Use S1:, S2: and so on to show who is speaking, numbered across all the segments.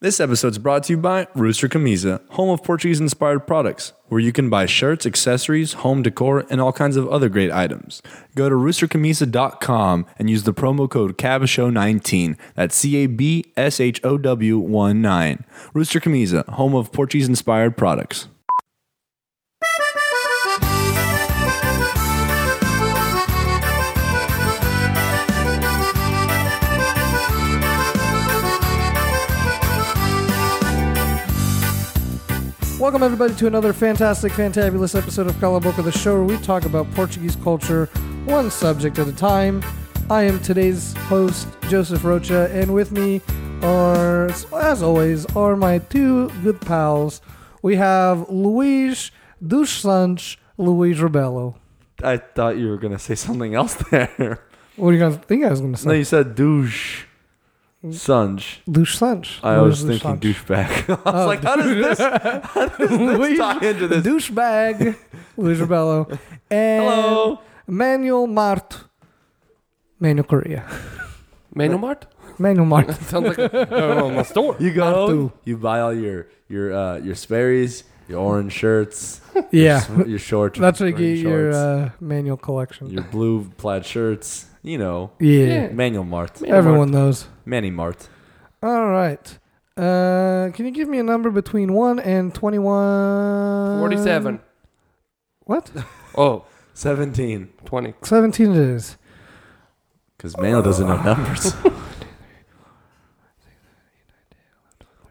S1: This episode is brought to you by Rooster Camisa, home of Portuguese inspired products, where you can buy shirts, accessories, home decor, and all kinds of other great items. Go to roostercamisa.com and use the promo code CABSHOW19. That's C A B S H O W 1 9. Rooster Camisa, home of Portuguese inspired products.
S2: Welcome, everybody, to another fantastic, fantabulous episode of Calaboca, the show where we talk about Portuguese culture one subject at a time. I am today's host, Joseph Rocha, and with me are, as always, are my two good pals. We have Luis dos Santos, Luis Rebello.
S3: I thought you were gonna say something else there.
S2: What do you guys think I was going to
S3: no,
S2: say?
S3: you said douche, Sanj.
S2: Dos Santos.
S3: I
S2: Luís
S3: was
S2: dos
S3: thinking
S2: Santos.
S3: douchebag. I was
S2: Oh,
S3: like, how does this
S2: Luís
S3: tie into this?
S2: douchebag, Luis Rebello. And
S3: Hello.
S2: Manuel Mart. Manuel Korea.
S4: Manumart?
S2: Manuel Mart.
S4: Sounds like a, a store.
S3: You go
S2: Artu.
S3: home, you buy all your your uh, your Sperry's, your orange shirts,
S2: Yeah.
S3: your, sw- your shorts.
S2: That's where you
S3: green
S2: get your
S3: shorts,
S2: uh, manual collection.
S3: your blue plaid shirts. You know,
S2: yeah.
S3: Manuel Mart,
S2: Everyone knows.
S3: Manny Mart.
S2: All right. Uh, can you give me a number between 1 and 21?
S4: 47.
S2: What?
S4: Oh,
S3: Seventeen,
S4: 20.
S2: 17 it is.
S3: because Manuel doesn't know numbers. oh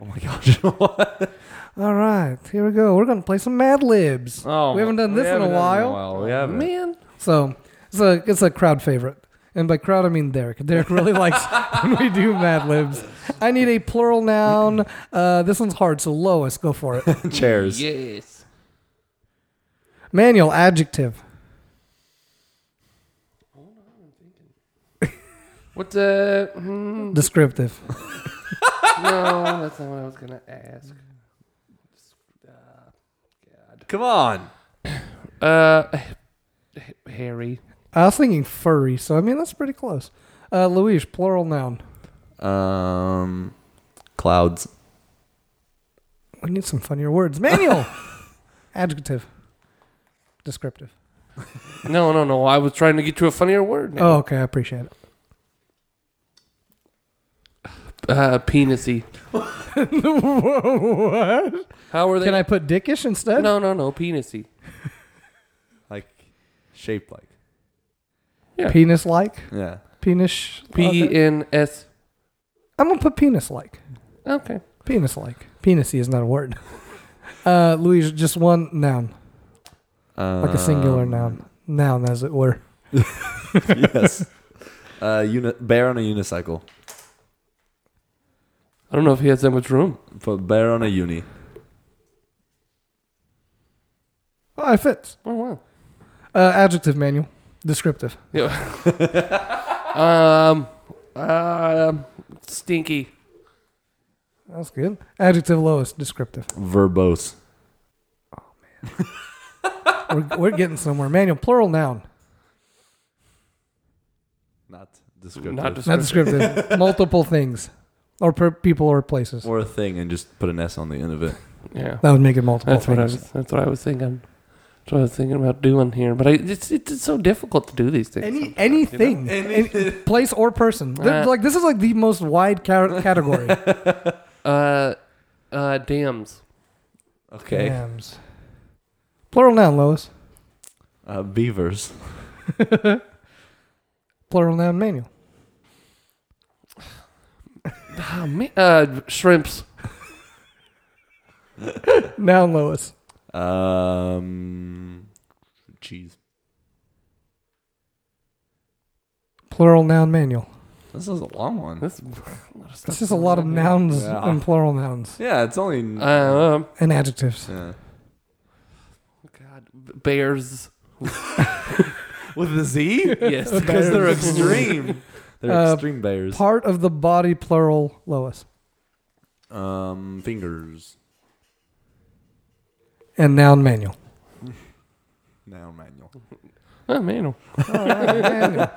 S3: my gosh!
S2: All right. Here we go. We're going to play some Mad Libs.
S4: Oh,
S2: We haven't done this in a
S4: haven't done
S2: while.
S4: We haven't. Man.
S2: So it's a, it's a crowd favorite. And by crowd, I mean Derek. Derek really likes when we do Mad Libs. I need a plural noun. Uh, this one's hard, so Lois, go for it.
S3: Chairs.
S4: Yes.
S2: Manual, adjective.
S4: What the? Hmm,
S2: Descriptive.
S4: no, that's not what I was going to ask.
S3: Come on.
S4: Uh, h- Harry.
S2: I was thinking furry, so I mean that's pretty close. Uh, Luis, plural noun.
S3: Um, clouds.
S2: We need some funnier words. Manual, adjective, descriptive.
S4: No, no, no. I was trying to get you a funnier word.
S2: Oh,
S4: Now.
S2: okay, I appreciate it.
S4: Uh, penisy.
S2: what?
S4: How are they?
S2: Can I put dickish instead?
S4: No, no, no. Penisy.
S3: like shaped like.
S2: Penis like,
S3: Yeah.
S2: penis.
S4: P E N S.
S2: I'm gonna put penis like,
S4: Okay.
S2: penis like. Penisy is not a word. Uh, Luis, just one noun, like a singular
S3: Um,
S2: noun, noun as it were.
S3: yes. Uh, uni- bear on a unicycle,
S4: I don't know if he has that much room.
S3: but bear on a uni.
S2: Oh, it fits.
S4: Oh, wow.
S2: Uh, adjective, manual, descriptive.
S4: Yeah. um, um, stinky.
S2: That's good. Adjective, lowest, descriptive.
S3: Verbose.
S2: we're, we're getting somewhere. Manual, plural noun,
S3: Not descriptive.
S4: Not descriptive.
S2: not descriptive. Multiple things, or per people or places.
S3: or a thing, and just put an S on the end of it.
S4: Yeah.
S2: That would make it multiple
S4: That's what I
S2: things.
S4: was. That's what I was thinking. That's what I was thinking about doing here. But I, it's, it's it's so difficult to do these things.
S2: Any anything, any place or person. They're
S4: Uh.
S2: like this is like the most wide ca- category.
S4: uh, uh, dams.
S3: Okay.
S2: Yams. Plural noun, Lois.
S3: Uh, beavers.
S2: Plural noun, manual.
S4: Oh, man. Uh, shrimps.
S2: Noun, Lois.
S3: Um, cheese.
S2: Plural noun, manual.
S3: This is a long one.
S4: That's a lot of stuff.
S2: It's just a lot of nouns
S3: Yeah.
S2: and plural nouns
S3: Yeah, it's only.
S4: Uh, um,
S2: and adjectives.
S3: yeah.
S4: God, bears.
S3: With a Z?
S4: Yes,
S3: Because they're
S2: Bears.
S3: extreme. They're
S2: Uh,
S3: extreme bears.
S2: Part of the body, plural, Lois.
S3: um, fingers.
S2: And noun, manual.
S3: Now manual.
S4: Oh, man.
S2: All right, manual.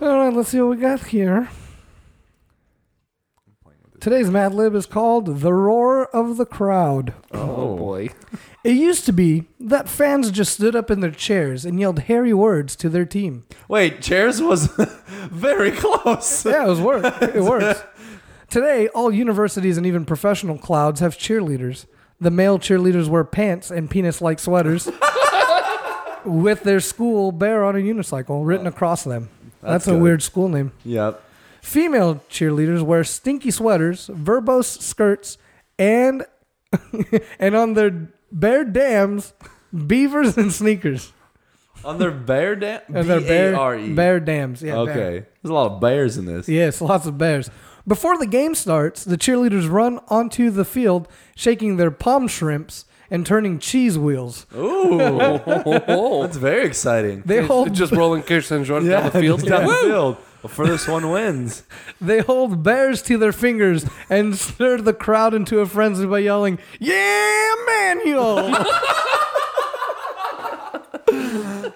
S2: All right, let's see what we got here. Today's Mad Lib is called The Roar of the Crowd.
S4: Oh, boy.
S2: It used to be that fans just stood up in their chairs and yelled hairy words to their team.
S3: Wait, chairs was very close.
S2: Yeah, it was work. It works. Today, all universities and even professional clouds have cheerleaders. The male cheerleaders wear pants and penis-like sweaters with their school bear on a unicycle written across them. That's,
S3: That's
S2: a
S3: good.
S2: weird school name.
S3: Yep.
S2: Female cheerleaders wear stinky sweaters, verbose skirts, and and on their bare dams, beavers and sneakers.
S3: On their bear dam.
S2: And their bare,
S3: B-A-R-E.
S2: bare dams. Yeah, bear.
S3: Okay. E. There's a lot of bears in this.
S2: Yes, lots of bears. Before the game starts, the cheerleaders run onto the field, shaking their palm shrimps and turning cheese wheels.
S3: Ooh.
S4: Oh,
S3: That's very exciting.
S2: They hold
S4: just rolling Kirsten and Jordan down the field.
S3: Down the field. The furthest one wins.
S2: they hold bears to their fingers and stir the crowd into a frenzy by yelling, "Yeah, Manuel!"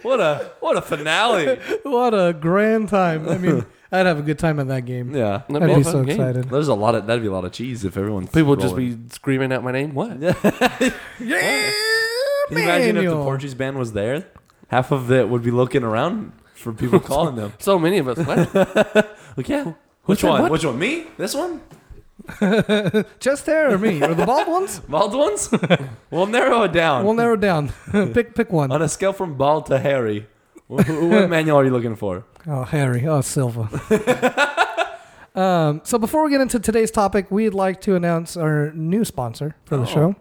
S3: What a what a finale.
S2: what a grand time! I mean, I'd have a good time at that game.
S3: Yeah.
S4: That'd
S2: I'd
S4: a
S2: be
S4: fun
S2: so
S4: game.
S2: excited.
S3: There's a lot of that'd be a lot of cheese if everyone's
S4: People would just
S3: rolling.
S4: be screaming out my name. What?
S2: Yeah,
S3: Can you imagine if the
S2: Manuel.
S3: Portuguese band was there? Half of it would be looking around for people calling them.
S4: So many of us. What?
S3: Like, yeah.
S4: Which
S3: Which one?
S4: one?
S3: Which one? Me? This one?
S2: Just there or me or the bald ones?
S3: Bald ones? we'll narrow it down.
S2: We'll narrow it down. pick pick one.
S3: On a scale from bald to hairy, wh- wh- what manual are you looking for?
S2: Oh, Harry. Oh, Silva. um, so before we get into today's topic, we'd like to announce our new sponsor for the
S3: Oh.
S2: show,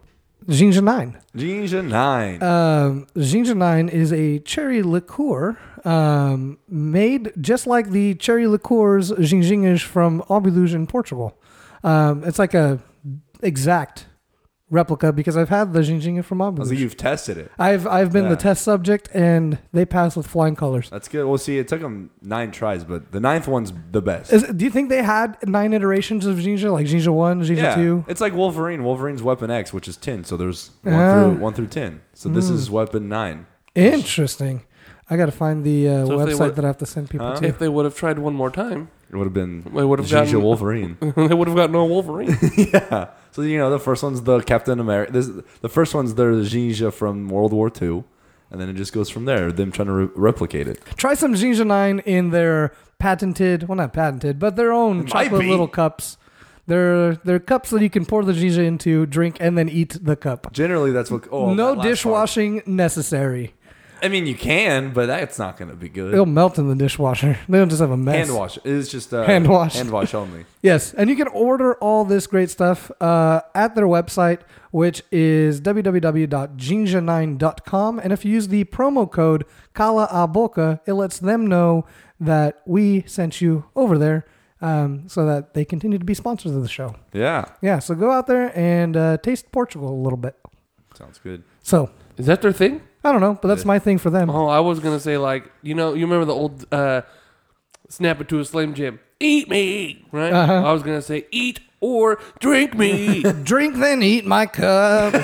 S2: Ginger Nine.
S3: Ginger nine.
S2: Um, Ginger Nine is a cherry liqueur um, made just like the cherry liqueurs Ginginhas from Albiluz in Portugal. Um, it's like a exact replica because I've had the Ginginha from
S3: I was like,
S2: Albiluz.
S3: you've tested it.
S2: I've I've been the
S3: Yeah.
S2: test subject and they pass with flying colors.
S3: That's good. Well, see, it took them nine tries, but the ninth one's the best.
S2: Is, do you think they had nine iterations of Jinja, like Jinja one, Jinja
S3: yeah,
S2: two?
S3: it's like Wolverine. Wolverine's Weapon X, which is ten. So there's one
S2: Ah. Mm. Eh?
S3: through one through ten. So this is Weapon Nine.
S2: Interesting. I got to find the uh,
S4: So if they
S2: website
S4: would-
S2: that I have to send people
S3: Huh?
S2: to.
S4: if they would have tried one more time,
S3: It would have been
S4: they would have
S3: Ginger
S4: gotten.
S3: Wolverine.
S4: they would have gotten a Wolverine.
S3: yeah. So you know, the first one's the Captain America. This the first one's the Jinja from World War Two, and then it just goes from there. Them trying to re- replicate it.
S2: Try some Jinja nine in their patented, well, not patented, but their own
S3: It might
S2: chocolate
S3: be.
S2: little cups. They're they're cups that you can pour the Jinja into, drink, and then eat the cup.
S3: Generally, that's what. Oh,
S2: no
S3: that last
S2: dishwashing necessary.
S3: part. I mean, you can, but that's not going to be good.
S2: It'll melt in the dishwasher. They don't just have a mess.
S3: Hand wash. It's just uh,
S2: Hand wash.
S3: Hand wash only.
S2: Yes, and you can order all this great stuff uh, at their website, which is www.jinja9.com. And if you use the promo code KALAABOKA, it lets them know that we sent you over there um, so that they continue to be sponsors of the show.
S3: Yeah,
S2: Yeah, so go out there and uh, taste Portugal a little bit.
S3: sounds good.
S2: So,
S4: Is that their thing?
S2: I don't know, but that's my thing for them.
S4: Oh, I was gonna say like you know you remember the old uh, snap it to a slim jim eat me right.
S2: Uh-huh.
S4: I was gonna say eat or drink me.
S2: Drink then eat my cup.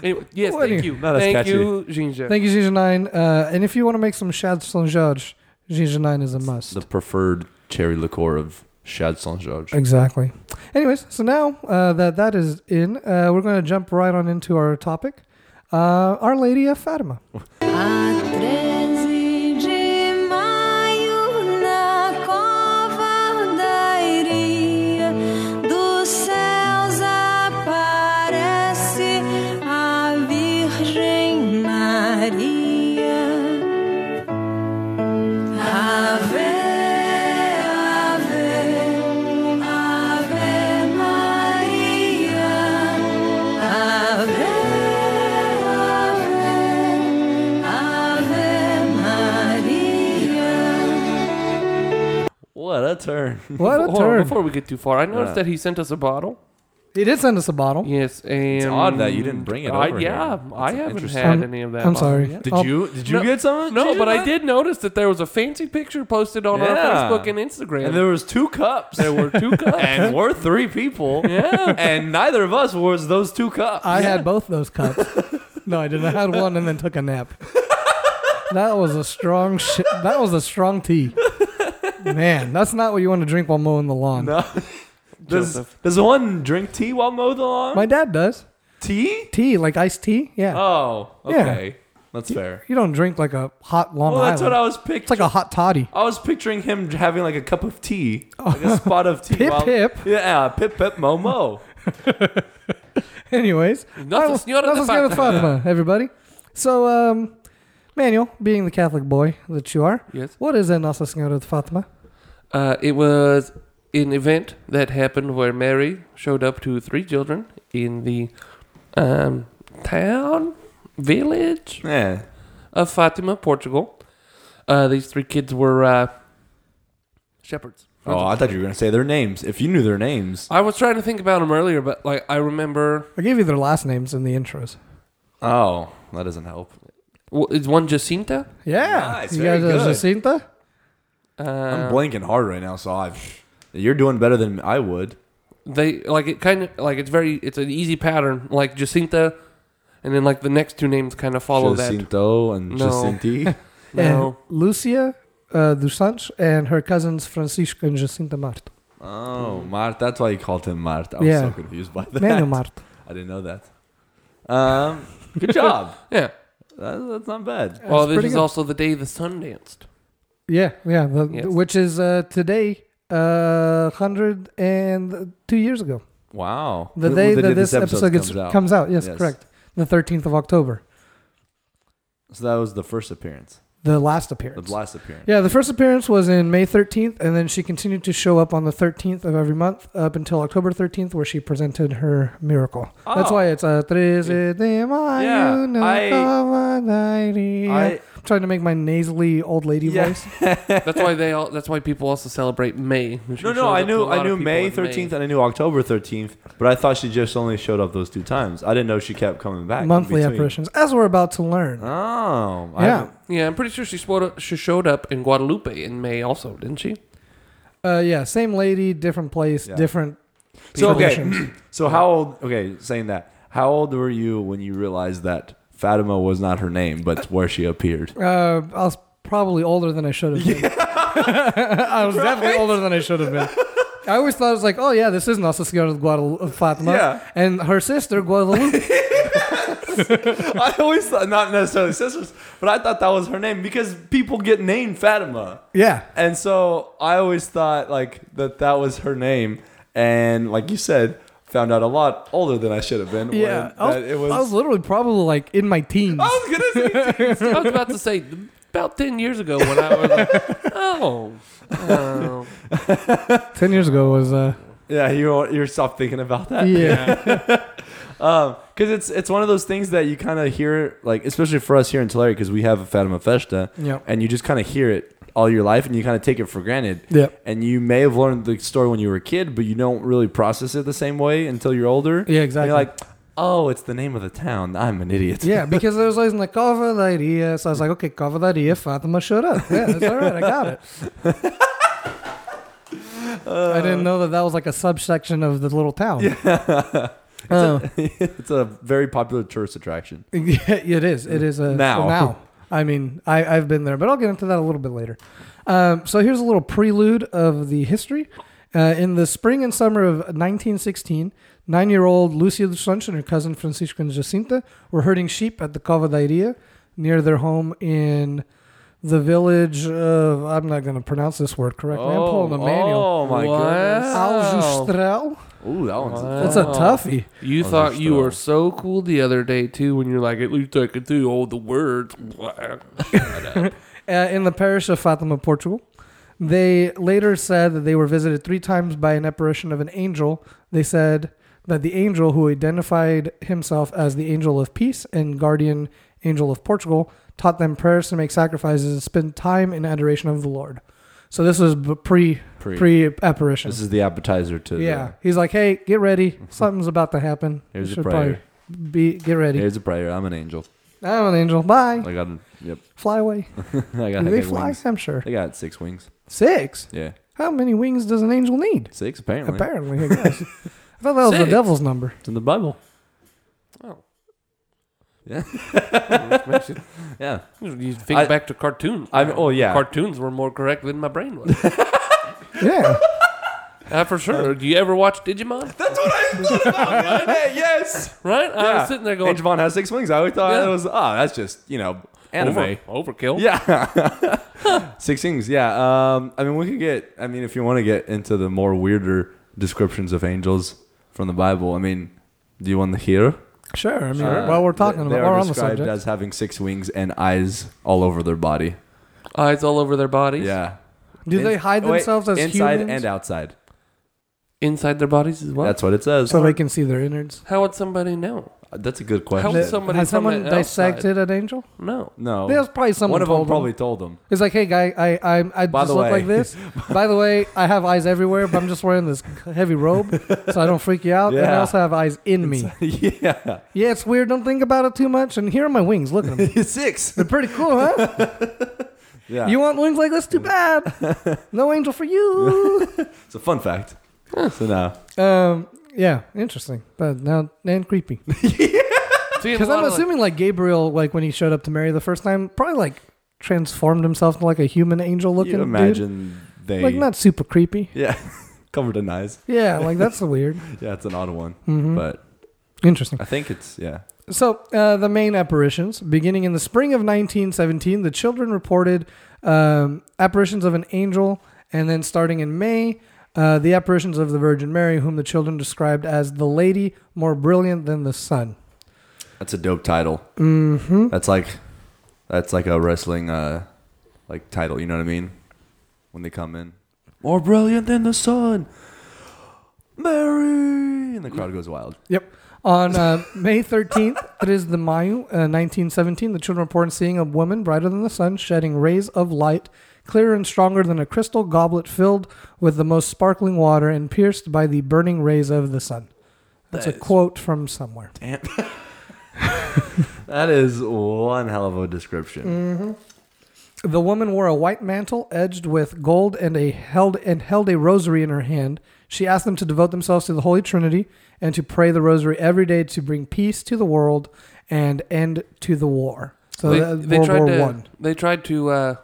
S4: anyway, yes,
S2: What do
S4: thank
S2: you-
S4: you,
S3: No, that's
S4: thank
S3: catchy.
S4: you, Ginger.
S2: Thank you, Jinja9. Uh, and if you want to make some Chad Saint George, Jinja9 is a must.
S3: The preferred cherry liqueur of Chad Saint George.
S2: Exactly. Anyways, so now uh, that that is in, uh, we're going to jump right on into our topic. Uh, Our Lady of Fatima.
S5: A 13 de maio, na cova da Iria, dos céus aparece a Virgem Maria. Ave, Ave, Ave Maria. Ave, Ave, Ave Maria.
S3: What a turn!
S2: What a
S4: Hold on,
S2: turn.
S4: Before we get too far, I noticed
S3: Yeah.
S4: that he sent us a bottle.
S2: He did send us a bottle.
S4: Yes, and
S3: odd that you didn't bring it
S4: I,
S3: over
S4: Yeah,
S3: here.
S4: I
S3: That's
S4: haven't
S3: interesting.
S4: had
S2: I'm-
S4: any of that.
S2: I'm
S4: bottle
S2: sorry. Oh,
S4: yet.
S3: Did
S2: I'll-
S3: you did you
S4: No-
S3: get some?
S4: No,
S3: you
S4: but I
S3: not?
S4: did notice that there was a fancy picture posted on
S3: Yeah.
S4: our Facebook and Instagram.
S3: And there was two cups,
S4: there were two cups.
S3: and we're three people.
S4: yeah.
S3: And neither of us was those two cups.
S2: I had both those cups. no, I didn't. I had one and then took a nap. that was a strong. Sh- that was a strong tea. Man, that's not what you want to drink while mowing the lawn.
S3: No. Does,
S4: Joseph.
S3: does one drink tea while mow the lawn?
S2: My dad does.
S3: tea?
S2: Tea, like iced tea. Yeah.
S3: Oh,
S2: Yeah.
S3: okay. That's fair.
S2: you don't drink like a hot Long
S3: Well,
S2: Island.
S3: that's what I was
S2: it's like
S3: picturing.
S2: a hot toddy.
S3: I was picturing him having like a cup of tea, like a spot of tea.
S2: Pip,
S3: while-
S2: pip.
S3: Yeah, Oh. pip pip mo mo.
S2: Anyways,
S4: Nossa
S2: I will-
S4: Senhora de
S2: Nossa Senhora de Fatima, everybody. So, um, Manuel, being the Catholic boy that you are,
S4: Yes.
S2: what is a Nossa Senhora de Fatima?
S4: Uh, it was an event that happened where Mary showed up to three children in the um, town, village
S3: Yeah.
S4: of Fatima, Portugal. Uh, these three kids were uh, shepherds.
S3: Oh, I thought you were gonna say their names. If you knew their names.
S4: I was trying to think about them earlier, but like I remember,
S2: I gave you their last names in the intros.
S3: Oh, that doesn't help.
S4: w- is one Jacinta?
S2: Yeah.
S3: Nice,
S2: you
S3: very
S2: guys are
S3: good.
S2: Jacinta?
S4: Uh,
S3: I'm blanking hard right now, so I've. You're doing better than I would.
S4: they like it kind of like it's very it's an easy pattern like Jacinta, and then like the next two names kind of follow that.
S3: Jacinto and
S4: No.
S3: Jacinti.
S4: No,
S2: And Lucia uh, dos Santos and her cousins Francisco and Jacinta Mart.
S3: oh, Mart. That's why you called him Mart. I was
S2: Yeah.
S3: so confused by that.
S2: Manu Mart.
S3: I didn't know that. Um, good job.
S4: yeah.
S3: That- that's not bad.
S4: Well,
S2: That's
S4: this
S2: pretty
S4: is
S2: good.
S4: also the day the sun danced.
S2: Yeah, yeah. the-
S4: Yes.
S2: Which is uh, today, uh, 102 years ago.
S3: Wow.
S2: The
S3: Th-
S2: day
S3: the
S2: that this episode, gets
S3: comes out.
S2: Yes,
S3: Yes.
S2: correct. The 13th of October,
S3: So that was the first appearance,
S2: the last
S3: the
S2: appearance.
S3: last appearance.
S2: yeah, the first appearance was in May 13th, and then she continued to show up on the 13th of every month up until October 13th, where she presented her miracle. That's
S3: Oh.
S2: why it's a 13 de mayo.
S3: Yeah,
S2: no
S3: I-
S2: toma diarrhea.
S3: I-
S2: I'm trying to make my nasally old lady
S3: Yeah.
S2: voice.
S4: That's why they all. That's why people also celebrate May. which
S3: No,
S4: shows
S3: no, I
S4: up to a
S3: knew,
S4: lot
S3: I
S4: of
S3: knew
S4: people
S3: May
S4: in
S3: 13th and I knew October 13th, but I thought she just only showed up those two times. I didn't know she kept coming back. in
S2: Monthly
S3: between.
S2: apparitions, as we're about to learn.
S3: Oh, I
S2: yeah.
S3: haven't-
S4: Yeah, I'm pretty sure she showed up, she showed up in Guadalupe in May also, didn't she?
S2: Uh, yeah, same lady, different place,
S3: Yeah.
S2: different
S3: So okay,
S2: traditions.
S3: so how old? Okay, saying that, how old were you when you realized that Fatima was not her name, but where she appeared?
S2: Uh, I was probably older than I should have been. I was definitely older than I should have been. I always thought it was like, oh yeah, this is Nossa Senhora de Guadalupe Fatima,
S3: Yeah.
S2: and her sister Guadalupe.
S3: I always thought not necessarily sisters, but I thought that was her name because people get named Fatima.
S2: yeah,
S3: And so I always thought like that that was her name, and like you said, found out a lot older than I should have been.
S2: yeah.
S3: when
S2: I was,
S3: that it was. Oh.
S2: I was literally probably like in my teens.
S3: I was gonna say.
S4: I was about to say about ten years ago when I was like, oh, oh.
S2: Ten years ago was uh,
S3: yeah, you you stop thinking about that.
S2: yeah,
S3: Um, because it's it's one of those things that you kind of hear like, especially for us here in Tulare, because we have a Fatima Festa,
S2: Yeah.
S3: and you just kind of hear it all your life, and you kind of take it for granted.
S2: Yeah.
S3: And you may have learned the story when you were a kid, but you don't really process it the same way until you're older.
S2: Yeah,
S3: And
S2: exactly.
S3: you're like, oh, it's the name of the town. I'm an idiot.
S2: yeah. Because there was always in the cavalaria, so I was like, okay, cavalaria, Fatima showed up. Yeah, that's all right. I got it. I didn't know that that was like a subsection of the little town. Um, Yeah.
S3: it's a very popular tourist attraction.
S2: Yeah, it is. It is a
S3: Now.
S2: now. I mean, I, I've been there, but I'll get into that a little bit later. Um, so here's a little prelude of the history. Uh, in the spring and summer of 1916, nine-year-old Lucia dos Santos and her cousin Francisco and Jacinta were herding sheep at the Cova da Iria near their home in the village of, I'm not going to pronounce this word
S4: oh,
S2: correctly. I'm pulling a manual.
S3: Oh Oh. my
S4: wow.
S2: Aljustrel?
S3: god. Ooh, that one's
S4: Wow.
S2: That's a toughie.
S4: You
S3: was
S4: thought
S3: just,
S4: you
S3: uh,
S4: were so cool the other day too when you're like, at least I could do all the words.
S2: uh, in the parish of Fatima, Portugal. They later said that they were visited three times by an apparition of an angel. They said that the angel, who identified himself as the angel of peace and guardian angel of Portugal, taught them prayers to make sacrifices and spend time in adoration of the Lord. So this was b- pre
S3: Pre.
S2: pre apparition.
S3: This is the appetizer to the-
S2: yeah, he's like, hey, get ready, something's about to happen.
S3: Here's
S2: You
S3: a prayer.
S2: probably Be get ready.
S3: Here's a prayer. I'm an angel.
S2: I'm an angel. Bye.
S3: I got yep.
S2: fly away.
S3: I got,
S2: Do
S3: I
S2: they
S3: got
S2: fly?
S3: wings.
S2: I'm sure.
S3: They got six wings.
S2: Six.
S3: Yeah,
S2: How many wings does an angel need?
S3: six apparently.
S2: Apparently, I guess. I thought that was the
S4: Six.
S2: devil's number.
S3: It's in the Bible.
S4: Oh. Which makes it-
S3: Yeah.
S4: you think
S3: I-
S4: back to cartoons.
S3: I'm- oh, yeah.
S4: Cartoons were more correct than my brain was.
S2: Yeah.
S4: Uh, for sure. Do you ever watch Digimon?
S3: That's what I thought about. Right? yes.
S4: Right? I
S3: Yeah.
S4: was sitting there going,
S3: Digimon has six wings. I always thought
S4: Yeah.
S3: it was ah, that's just you know anime.
S4: over, overkill.
S3: Yeah. Six things. Yeah. Um, I mean, we could get, I mean, if you want to get into the more weirder descriptions of angels from the Bible, I mean, do you want to hear?
S2: Sure. I mean,
S3: Uh,
S2: while we're talking
S3: they
S2: about,
S3: are
S2: we're on the
S3: described
S2: subject.
S3: as having six wings and eyes all over their body.
S4: Eyes all over their bodies.
S3: Yeah.
S2: Do
S3: In-
S2: they hide
S3: oh, wait,
S2: themselves as
S3: inside
S2: humans
S3: and outside?
S4: Inside their bodies as well.
S3: That's what it says. Uh,
S2: so they can see their innards?
S4: How would somebody know?
S3: That's a good
S4: How
S3: question.
S4: would somebody
S2: Has
S4: from
S2: someone
S4: the outside-
S2: dissected an angel?
S4: No.
S3: no.
S2: There's probably someone
S3: Oh. One of them
S2: told
S3: probably told them.
S2: It's like, hey, guy, I I, I
S3: By
S2: just
S3: the
S2: look
S3: way.
S2: like this. By the way, I have eyes everywhere, but I'm just wearing this heavy robe, so I don't freak you out. And I
S3: Yeah.
S2: also have eyes in me.
S3: yeah.
S2: yeah, it's weird. Don't think about it too much. And here are my wings. Look at them.
S3: six.
S2: They're pretty cool, huh?
S3: Yeah.
S2: You want wings like this? Too bad. No angel for you.
S3: it's a fun fact. so now.
S2: Um, yeah, interesting, but now and creepy.
S4: See,
S2: Because
S4: a lot
S2: I'm
S4: of, like-
S2: assuming like Gabriel, like when he showed up to Mary the first time, probably like transformed himself into like a human angel looking
S3: You
S2: dude.
S3: imagine they.
S2: Like not super creepy.
S3: Yeah. Covered in eyes.
S2: Yeah, like that's weird.
S3: Yeah, it's an odd one.
S2: Mhm.
S3: But
S2: Interesting.
S3: I think it's, yeah.
S2: So, uh, the main apparitions. Beginning in the spring of 1917, the children reported um, apparitions of an angel, and then starting in May, uh, the apparitions of the Virgin Mary, whom the children described as the lady more brilliant than the sun.
S3: That's a dope title.
S2: Mm-hmm.
S3: That's like, that's like a wrestling, uh, like title. You know what I mean? When they come in, more brilliant than the sun, Mary, and the crowd goes wild.
S2: Yep. On uh, May 13th, 3 de Mayo, uh, 1917, the children reported seeing a woman brighter than the sun shedding rays of light, clearer and stronger than a crystal goblet filled with the most sparkling water and pierced by the burning rays of the sun. That's
S3: That
S2: a
S3: is-
S2: quote from somewhere.
S3: That is one hell of a
S2: Mm.
S3: description.
S2: The woman wore a white mantle edged with gold and a held and held a rosary in her hand. She asked them to devote themselves to the Holy Trinity and to pray the rosary every day to bring peace to the world and end to the war. So
S4: they,
S2: that-
S4: they
S2: World
S4: tried
S2: War
S4: to,
S2: One.
S4: They tried to. Uh,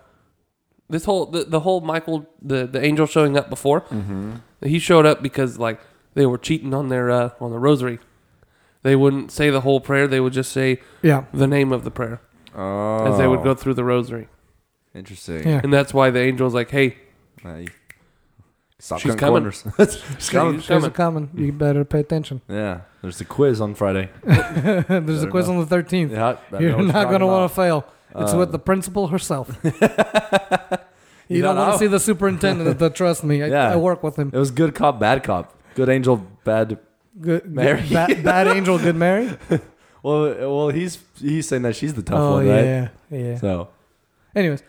S4: this whole the, the whole Michael the the angel showing up before
S3: Mm-hmm.
S4: he showed up because like they were cheating on their uh, on the rosary. They wouldn't say the whole prayer. They would just say
S2: Yeah.
S4: the name of the prayer
S3: Oh,
S4: as they would go through the rosary,
S3: Interesting.
S2: Yeah.
S4: and that's why the angel's like, "Hey,
S3: Uh, you- Stop
S4: She's
S3: cutting
S4: coming.
S3: corners. She's coming.
S4: she's
S2: There's a
S4: coming."
S2: common. You better pay attention.
S3: Yeah, there's the quiz on Friday.
S2: There's a
S3: Better
S2: quiz
S3: not.
S2: on the 13th.
S3: Yeah, I
S2: You're not going to want to fail. It's
S3: Um,
S2: with the principal herself. you,
S3: You
S2: don't
S3: don't
S2: want to
S3: know?
S2: see the superintendent. though, trust me, I,
S3: Yeah.
S2: I work with him.
S3: It was good cop, bad cop. Good angel, bad
S2: Good, good-
S3: Mary.
S2: Bad, bad angel, good Mary.
S3: Well, well, he's he's saying that she's the tough
S2: oh
S3: one, right?
S2: yeah, yeah.
S3: So
S2: Anyways,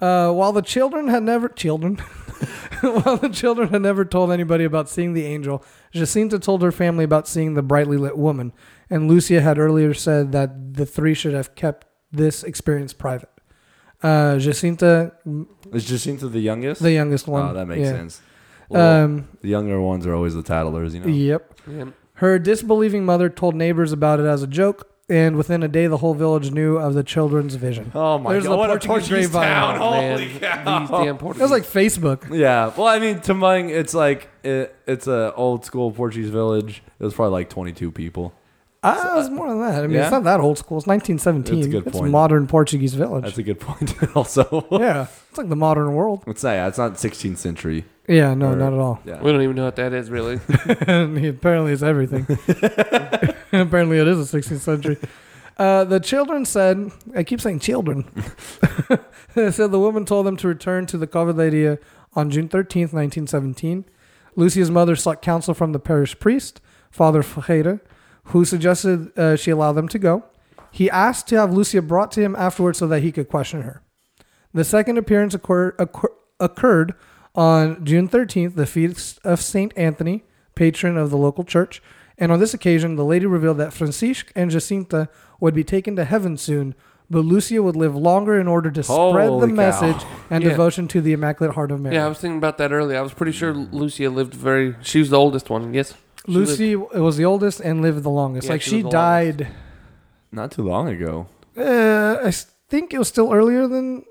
S2: uh, while the children had never children, while the children had never told anybody about seeing the angel, Jacinta told her family about seeing the brightly lit woman, and Lucia had earlier said that the three should have kept this experience private. Uh, Jacinta,
S3: is Jacinta the youngest?
S2: the youngest one.
S3: Oh, that makes
S2: yeah.
S3: sense. Well,
S2: um,
S3: the younger ones are always the tattlers, you know.
S2: Yep.
S4: And
S2: Her disbelieving mother told neighbors about it as a joke, and within a day, the whole village knew of the children's vision.
S3: Oh my
S2: There's
S3: god!
S2: the
S3: what
S2: Portuguese
S3: a Portuguese
S2: grapevine.
S3: town!
S4: man,
S3: Holy
S4: These
S3: cow!
S4: damn
S2: That was
S4: Portuguese.
S2: like Facebook.
S3: Yeah. Well, I mean, Tambang, it's like it, it's a old school Portuguese village. It was probably like 22 people.
S2: Ah, it's more than that. I mean,
S3: uh, yeah?
S2: it's not that old school. It's 1917.
S3: That's a good
S2: It's
S3: point.
S2: modern Portuguese village.
S3: That's a good point. also,
S2: yeah, it's like the modern world.
S3: Let's say yeah, it's not 16th century.
S2: Yeah, no,
S3: Or-
S2: not at all.
S3: Yeah.
S4: we don't even know what that is really.
S2: And he- Apparently, it's everything. Apparently, it is the 16th century. Uh, the children said, I keep saying children. they said the woman told them to return to the Covadleria on June 13th, 1917. Lucia's mother sought counsel from the parish priest, Father Fajeda, who suggested uh, she allow them to go. He asked to have Lucia brought to him afterwards so that he could question her. The second appearance occur- occur- occurred on June 13th, the feast of St. Anthony, patron of the local church. And on this occasion, the lady revealed that Francisque and Jacinta would be taken to heaven soon, but Lucia would live longer in order to spread the
S3: Holy cow.
S2: message and
S4: Yeah.
S2: devotion to the Immaculate Heart of Mary.
S4: yeah, I was thinking about that earlier. I was pretty sure Lucia lived very. She was the oldest one. Yes. She lived-
S2: Lucy was the oldest and lived the longest.
S4: Yeah,
S2: like
S4: she
S2: she
S4: was the
S2: died
S3: Not too long ago.
S2: Uh, I s- think it was still earlier than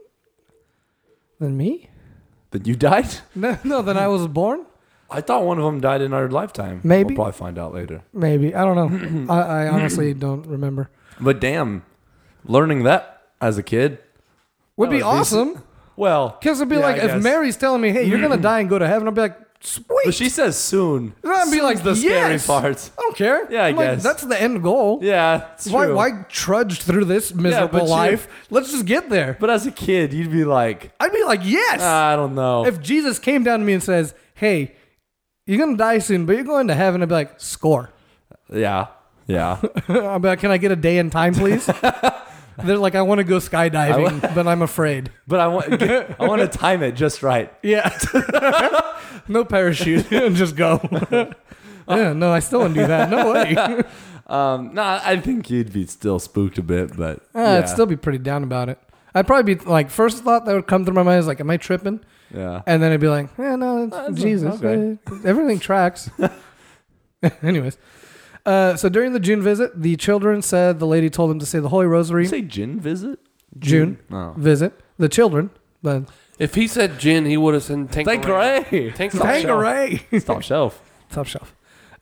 S2: than me.
S3: That you died?
S2: No, no, than I was born.
S3: I thought one of them died in our lifetime.
S2: Maybe.
S3: We'll probably find out later.
S2: Maybe I don't know. I, I honestly don't remember.
S3: But damn, learning that as a kid.
S2: Would be
S3: That would be s-
S2: awesome
S3: Well,
S2: because it'd be
S3: yeah,
S2: like
S3: I
S2: if
S3: guess.
S2: Mary's telling me, "Hey, you're gonna die and go to heaven," I'd be like, "Sweet."
S3: But she says soon.
S2: And I'd be
S3: Soon's
S2: like,
S3: the scary
S2: "Yes."
S3: part.
S2: I don't care.
S3: Yeah, I
S2: I'm like,
S3: guess.
S2: that's the end goal.
S3: Yeah, it's
S2: why
S3: true.
S2: why trudge through this miserable
S3: you-
S2: life? Let's just get there.
S3: But as a kid, you'd be like, "Ah,
S2: I'd be like, yes.
S3: I don't know.
S2: if Jesus came down to me and says, "Hey, you're gonna die soon, but you're going to heaven," I'd be like, "Score."
S3: yeah, yeah.
S2: I'd be like, "Can I get a day in time, please?" They're like, "I want to go skydiving, but I'm afraid."
S3: but I want, I want to time it just right.
S2: Yeah. no parachute. Just go. yeah, no, I still wouldn't do that. No way. Uh,
S3: Um, no, I think you'd be still spooked a bit, but yeah.
S2: I'd still be pretty down about it. I'd probably be like, first thought that would come through my mind is like, am I tripping?
S3: yeah.
S2: And then I'd be like, yeah, no, it's Jesus.
S3: okay.
S2: Uh, Everything tracks. Anyways. Uh, so during the June visit, the children said the lady told them to say the Holy Rosary.
S3: you say gin visit?
S2: June
S3: No.
S2: visit. The children. Then
S4: If he said gin, he would have said Tanqueray.
S3: Tanqueray.
S4: Tanqueray.
S3: It's top shelf.
S2: Top shelf.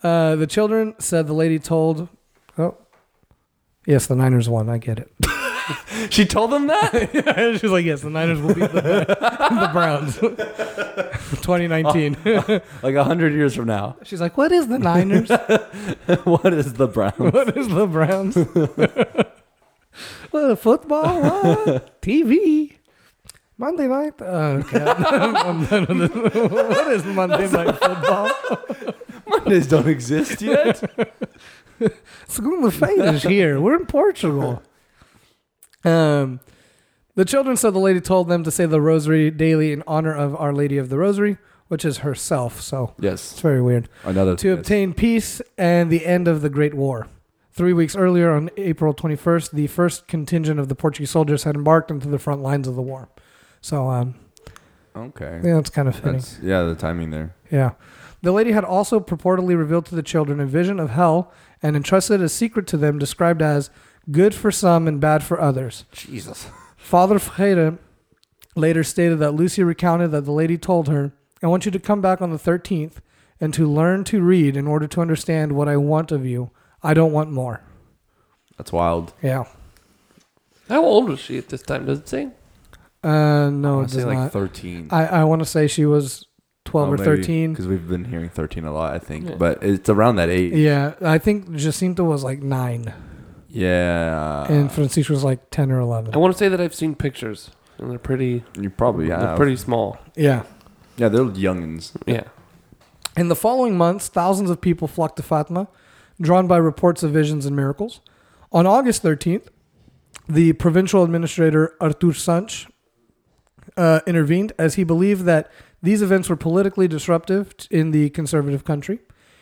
S2: Uh, the children said the lady told. Oh, yes, the Niners won. I get it.
S3: She told them that?
S2: She's like, yes, the Niners will beat the, the Browns, 2019.
S3: like a hundred years from now.
S2: She's like, what is the Niners?
S3: what is the brown?
S2: what is the Browns? what football? What TV? Monday night? Oh, God. I'm done with this. what is Monday night football?
S3: Mondays don't exist yet.
S2: School of Fate is here. We're in Portugal. Um, the children said the lady told them to say the rosary daily in honor of Our Lady of the Rosary, which is herself. So it's
S3: yes.
S2: very weird.
S3: Another
S2: To obtain peace and the end of the Great War. Three weeks earlier, on April 21st, the first contingent of the Portuguese soldiers had embarked into the front lines of the war. So, um,
S3: Okay.
S2: yeah, it's kind of fitting.
S3: That's yeah, the timing there.
S2: Yeah. The lady had also purportedly revealed to the children a vision of hell and entrusted a secret to them described as good for some and bad for others.
S3: Jesus.
S2: Father Freire later stated that Lucy recounted that the lady told her, I want you to come back on the 13th and to learn to read in order to understand what I want of you. I don't want more.
S3: That's wild.
S2: Yeah.
S4: How old was she at this time? Does it say?
S2: Uh, no,
S3: I
S2: it
S3: say
S2: does
S3: like Oh,
S2: not.
S3: thirteen.
S2: I, I want to say she was 12 or 13.
S3: Because we've been hearing thirteen a lot, I think.
S4: Yeah.
S3: But it's around that age.
S2: Yeah, I think Jacinta was like nine,
S3: Yeah.
S2: and Francisca was like 10 or 11.
S4: I want to say that I've seen pictures, and they're pretty.
S3: you probably
S4: They're
S3: have.
S4: pretty small.
S2: Yeah.
S3: yeah, they're youngins.
S4: Yeah.
S2: In the following months, thousands of people flocked to Fatima, drawn by reports of visions and miracles. On August 13th, the provincial administrator Artur Sanch uh, intervened as he believed that these events were politically disruptive t- in the conservative country.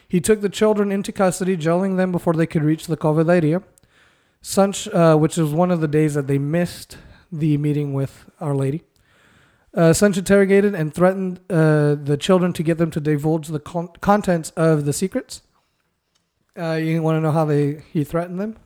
S2: He took the children into custody, jailing them before they could reach the Covadaria, Sanch, uh, which was one of the days that they missed the meeting with Our Lady. Uh, Sanch interrogated and threatened uh, the children to get them to divulge the con- contents of the secrets. Uh, you want to know how they he threatened them?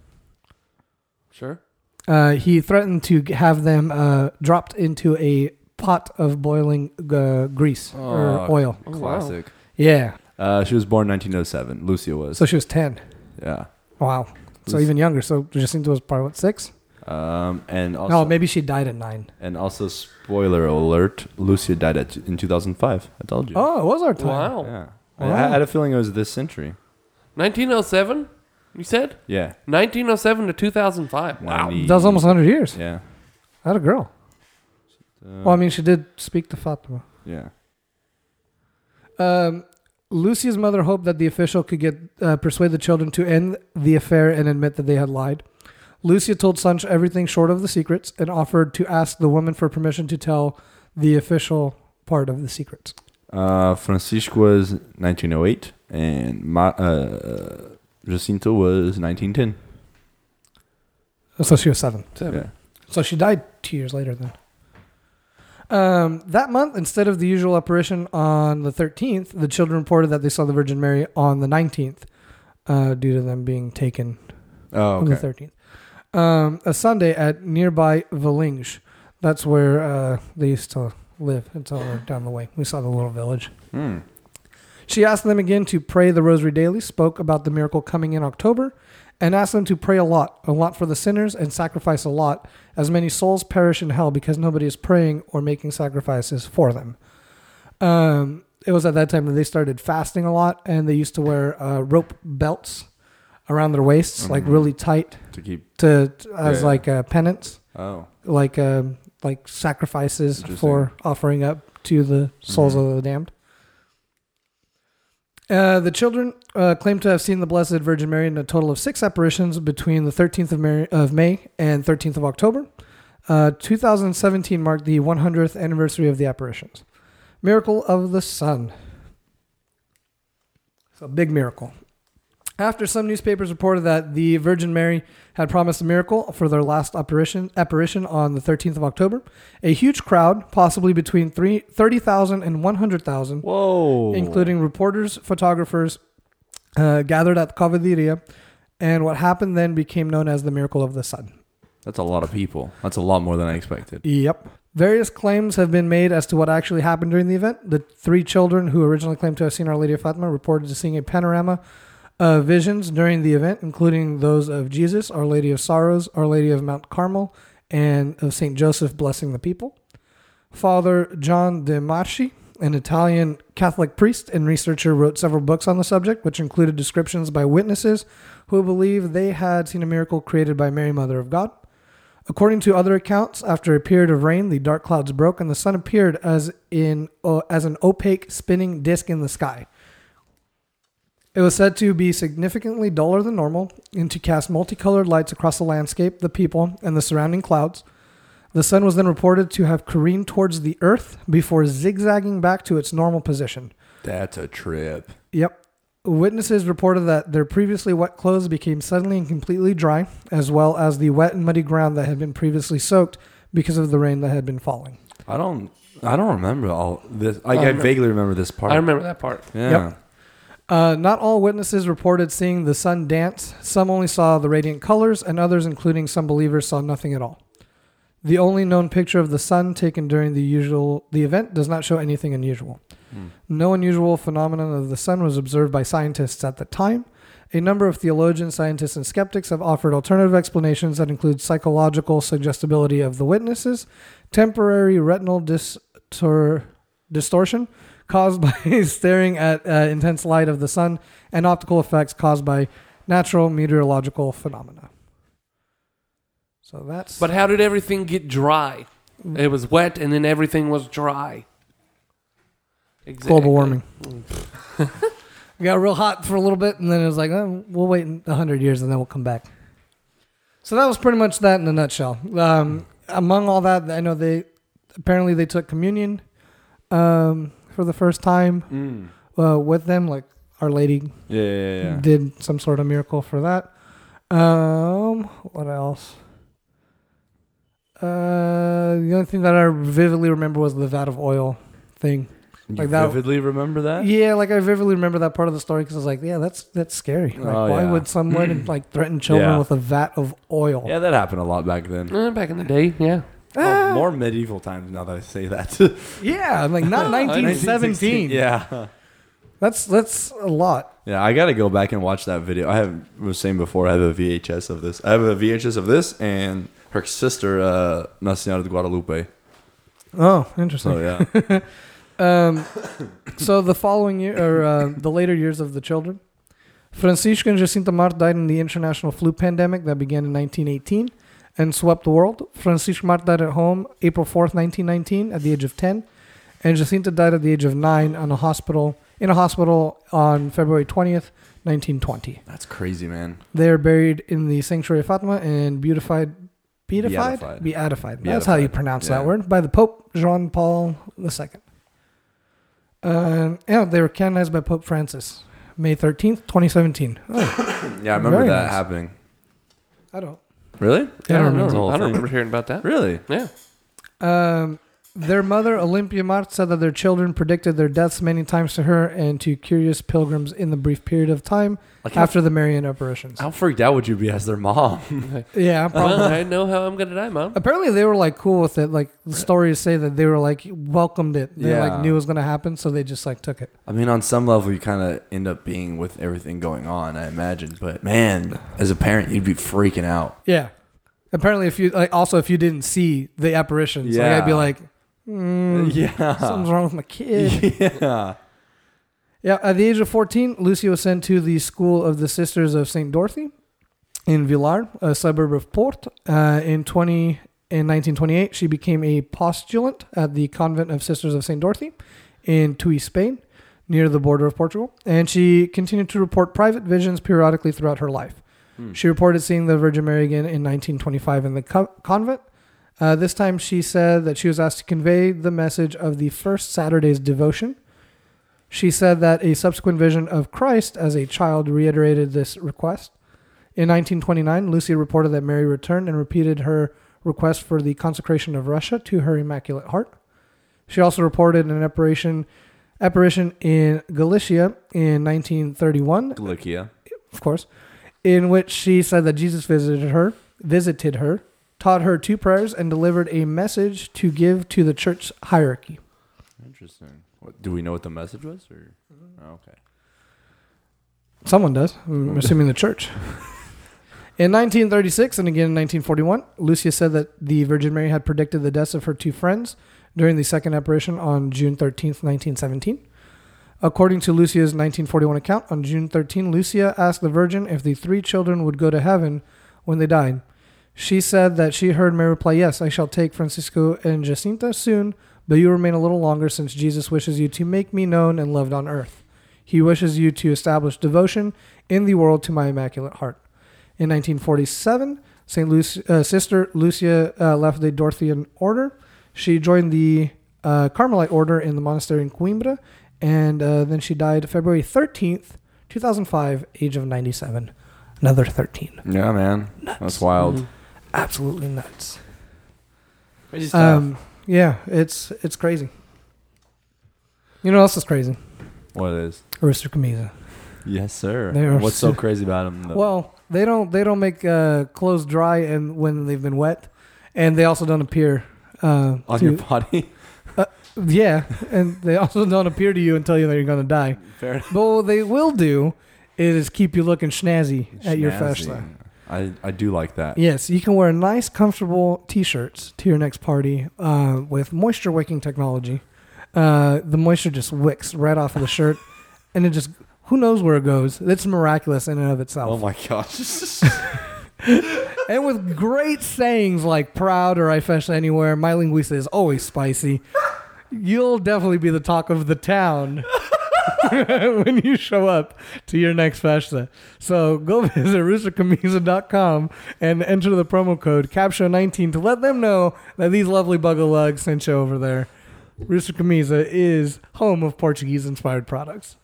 S4: Sure.
S2: Uh, he threatened to g- have them uh, dropped into a pot of boiling uh, grease or
S3: Oh.
S2: oil.
S4: Oh, wow.
S3: Classic.
S2: Yeah.
S3: Uh, she was born 1907. Lucia was.
S2: So she was 10.
S3: yeah.
S2: Wow. So
S3: Was-
S2: even younger. So Jacinta was probably, what, six?
S3: Um, and also,
S2: No, maybe she died at nine.
S3: and also, spoiler alert: Lucia died at, in 2005. I told you.
S2: Oh, it was our time.
S4: Wow.
S3: Yeah.
S2: Wow.
S3: I had a feeling it was this century.
S4: 1907. You said
S3: Yeah.
S4: 1907 to 2005.
S2: That was almost 100 years.
S3: Yeah.
S2: That a girl.
S3: Uh,
S2: Well, I mean, she did speak to Fatima.
S3: yeah.
S2: Um, Lucy's mother hoped that the official could get uh, persuade the children to end the affair and admit that they had lied. Lucia told Sancho everything short of the secrets and offered to ask the woman for permission to tell the official part of the secrets.
S3: Uh, Francisco was 1908, and Ma- uh, Jacinto was 1910.
S2: So she was seven.
S4: Seven.
S3: Yeah.
S2: So she died two years later then. Um, that month, instead of the usual apparition on the 13th, the children reported that they saw the Virgin Mary on the 19th uh, due to them being taken
S3: Oh,
S2: on the
S3: okay.
S2: 13th. um, a Sunday at nearby Valinge. That's where uh, they used to live. It's over down the way. We saw the little village.
S3: Hmm.
S2: She asked them again to pray the rosary daily, spoke about the miracle coming in October, and asked them to pray a lot, a lot for the sinners, and sacrifice a lot, as many souls perish in hell because nobody is praying or making sacrifices for them. Um, it was at that time that they started fasting a lot, and they used to wear uh, rope belts around their waists, like really tight,
S3: to keep.
S2: to, to- as
S3: Yeah.
S2: like uh, penance,
S3: Oh,
S2: like um like sacrifices
S3: Interesting. Mm-hmm.
S2: for offering up to the souls of the damned. Uh, the children uh, claim to have seen the Blessed Virgin Mary in a total of six apparitions between the 13th of, Mary, of May and 13th of October. Uh, 2017 marked the 100th anniversary of the apparitions. Miracle of the Sun. It's a big miracle. After some newspapers reported that the Virgin Mary had promised a miracle for their last apparition, apparition on the 13th of October, a huge crowd, possibly between three- 30,000 and 100,000,
S3: whoa!
S2: including reporters, photographers, uh, gathered at the Cavaliria, and what happened then became known as the Miracle of the Sun.
S3: That's a lot of people. That's a lot more than I expected.
S2: Yep. Various claims have been made as to what actually happened during the event. The three children who originally claimed to have seen Our Lady of Fatima reported to seeing a panorama of visions during the event, including those of Jesus, Our Lady of Sorrows, Our Lady of Mount Carmel, and of St. Joseph blessing the people. Father John de Marchi, an Italian Catholic priest and researcher, wrote several books on the subject, which included descriptions by witnesses who believe they had seen a miracle created by Mary, Mother of God. According to other accounts, after a period of rain, the dark clouds broke and the sun appeared as in uh, as an opaque spinning disc in the sky. It was said to be significantly duller than normal and to cast multicolored lights across the landscape, the people, and the surrounding clouds. The sun was then reported to have careened towards the earth before zigzagging back to its normal position.
S3: That's a trip.
S2: Yep. Witnesses reported that their previously wet clothes became suddenly and completely dry, as well as the wet and muddy ground that had been previously soaked because of the rain that had been falling.
S3: I don't. I don't remember all this. Like,
S4: I
S3: I,
S4: remember-
S3: vaguely remember this part.
S4: I remember that part.
S3: Yeah.
S2: Uh, not all witnesses reported seeing the sun dance. Some only saw the radiant colors, and others, including some believers, saw nothing at all. The only known picture of the sun taken during the usual the event does not show anything unusual. No unusual phenomenon of the sun was observed by scientists at the time. A number of theologians, scientists, and skeptics have offered alternative explanations that include psychological suggestibility of the witnesses, temporary retinal distor- distortion caused by staring at uh, intense light of the sun, and optical effects caused by natural meteorological phenomena. So that's
S4: But how did everything get dry? It was wet and then everything was dry. Exactly.
S2: global warming. it got real hot for a little bit, and then it was like, oh, we'll wait a hundred years, and then we'll come back. So that was pretty much that in a nutshell. Um, among all that, I know they apparently they took communion um, for the first time uh, with them. Like Our Lady
S3: Hmm. Yeah. Yeah. Yeah. yeah.
S2: did some sort of miracle for that. Um, what else? Uh, the only thing that I vividly remember was the vat of oil thing.
S3: You
S2: Like that-
S3: vividly remember that?
S2: Yeah, like I vividly remember that part of the story because I was like, yeah, that's that's scary. Like,
S3: Oh,
S2: why
S3: yeah.
S2: would someone like threaten children
S3: Yeah.
S2: with a vat of oil?
S3: Yeah, that happened a lot back then.
S4: Eh, back in the day, yeah.
S3: Oh, more medieval times. Now that I say that.
S2: Yeah, I'm like not
S3: Oh,
S2: 1917.
S3: yeah.
S2: that's that's a lot.
S3: Yeah, I gotta go back and watch that video. I have was saying before I have a VHS of this. I have a VHS of this and her sister, uh, Nuestra Senora de Guadalupe.
S2: Oh, interesting.
S3: So yeah,
S2: Um, so the following year, or uh, the later years of the children, Francisco and Jacinta Mart died in the international flu pandemic that began in 1918 and swept the world. Francisco Mart died at home April 4th, 1919, at the age of 10, and Jacinta died at the age of nine on a hospital in a hospital on February 20th, 1920.
S3: that's crazy, man.
S2: They are buried in the sanctuary of Fatima and beautified. Beatified?
S3: Beatified.
S2: Beatified. That's how you
S3: Beatified,
S2: pronounce
S3: yeah.
S2: that word. By the Pope Jean Paul II. Um, yeah, they were canonized by Pope Francis, May 13th, 2017. Oh,
S3: Yeah, I remember
S2: Very
S3: that
S2: nice.
S3: happening.
S2: I don't.
S3: Really?
S4: I don't
S2: remember
S4: know.
S3: the whole
S4: I don't
S3: thing.
S4: remember hearing about that.
S3: Really?
S4: Yeah.
S2: Um, Their mother, Olympia Mart, said that their children predicted their deaths many times to her and to curious pilgrims in the brief period of time
S3: Like how-
S2: after the Marian apparitions.
S3: How freaked out would you be as their mom?
S2: Yeah, probably.
S4: Well, I know how I'm gonna die, mom.
S2: Apparently they were like cool with it. Like the stories say that they were like welcomed it. They
S3: Uh, Yeah.
S2: like knew it was gonna happen, so they just like took it.
S3: I mean, on some level, you kind of end up being with everything going on, I imagine. But man, as a parent, you'd be freaking out.
S2: Yeah. Apparently, if you like, also if you didn't see the apparitions, like, I'd be
S3: Yeah.
S2: like, mm,
S3: Yeah.
S2: something's wrong with my kid.
S3: Yeah.
S2: Yeah, at the age of 14, Lucy was sent to the school of the Sisters of St. Dorothy in Villar, a suburb of Port. Uh, in 20, in 1928, she became a postulant at the convent of Sisters of St. Dorothy in Tui, Spain, near the border of Portugal. And she continued to report private visions periodically throughout her life. She reported seeing the Virgin Mary again in 1925 in the co- convent. Uh, this time, she said that she was asked to convey the message of the first Saturday's devotion. She said that a subsequent vision of Christ as a child reiterated this request. In 1929, Lucy reported that Mary returned and repeated her request for the consecration of Russia to her Immaculate Heart. She also reported an apparition, apparition in Galicia in 1931,
S3: Galicia.
S2: of course, in which she said that Jesus visited her, visited her, taught her two prayers, and delivered a message to give to the church hierarchy.
S3: Interesting. What, do we know what the message was? Or oh, okay.
S2: Someone does. I'm assuming the church. In 1936 and again in 1941, Lucia said that the Virgin Mary had predicted the deaths of her two friends during the second apparition on June 13th, 1917. According to Lucia's 1941 account, on June 13, Lucia asked the Virgin if the three children would go to heaven when they died. She said that she heard Mary reply, Yes, I shall take Francisco and Jacinta soon, but you remain a little longer since Jesus wishes you to make me known and loved on earth. He wishes you to establish devotion in the world to my Immaculate Heart. In 1947, St. Lucia, uh, Sister Lucia uh, left the Dorothean order. She joined the uh, Carmelite order in the monastery in Coimbra, and uh, then she died February 13th, 2005, age of 97. Another 13.
S3: Yeah, man. That's wild.
S2: Absolutely nuts.
S3: It's just tough.
S2: Um, yeah, it's it's crazy. You know what else is crazy?
S3: what it is?
S2: Arista Camisa.
S3: Yes, sir.
S2: They are
S3: What's so
S2: so-
S3: crazy about him? Though?
S2: Well, they don't they don't make uh, clothes dry and when they've been wet, and they also don't appear. Uh,
S3: on
S2: to-
S3: your body.
S2: yeah, and they also don't appear to you and tell you that you're gonna die.
S3: Fair enough.
S2: But what they will do is keep you looking snazzy at your festa.
S3: Snazzy. I I do like that.
S2: Yes, you can wear nice, comfortable T-shirts to your next party uh, with moisture wicking technology. Uh, the moisture just wicks right off of the shirt, and it just who knows where it goes. It's miraculous in and of itself.
S3: Oh my gosh.
S2: And with great sayings like proud or I fesh anywhere, my linguista is always spicy. You'll definitely be the talk of the town when you show up to your next festa. So go visit roostercamisa.com and enter the promo code CAPTION19 to let them know that these lovely bugalugs sent you over there. Rooster Camisa is home of Portuguese inspired products.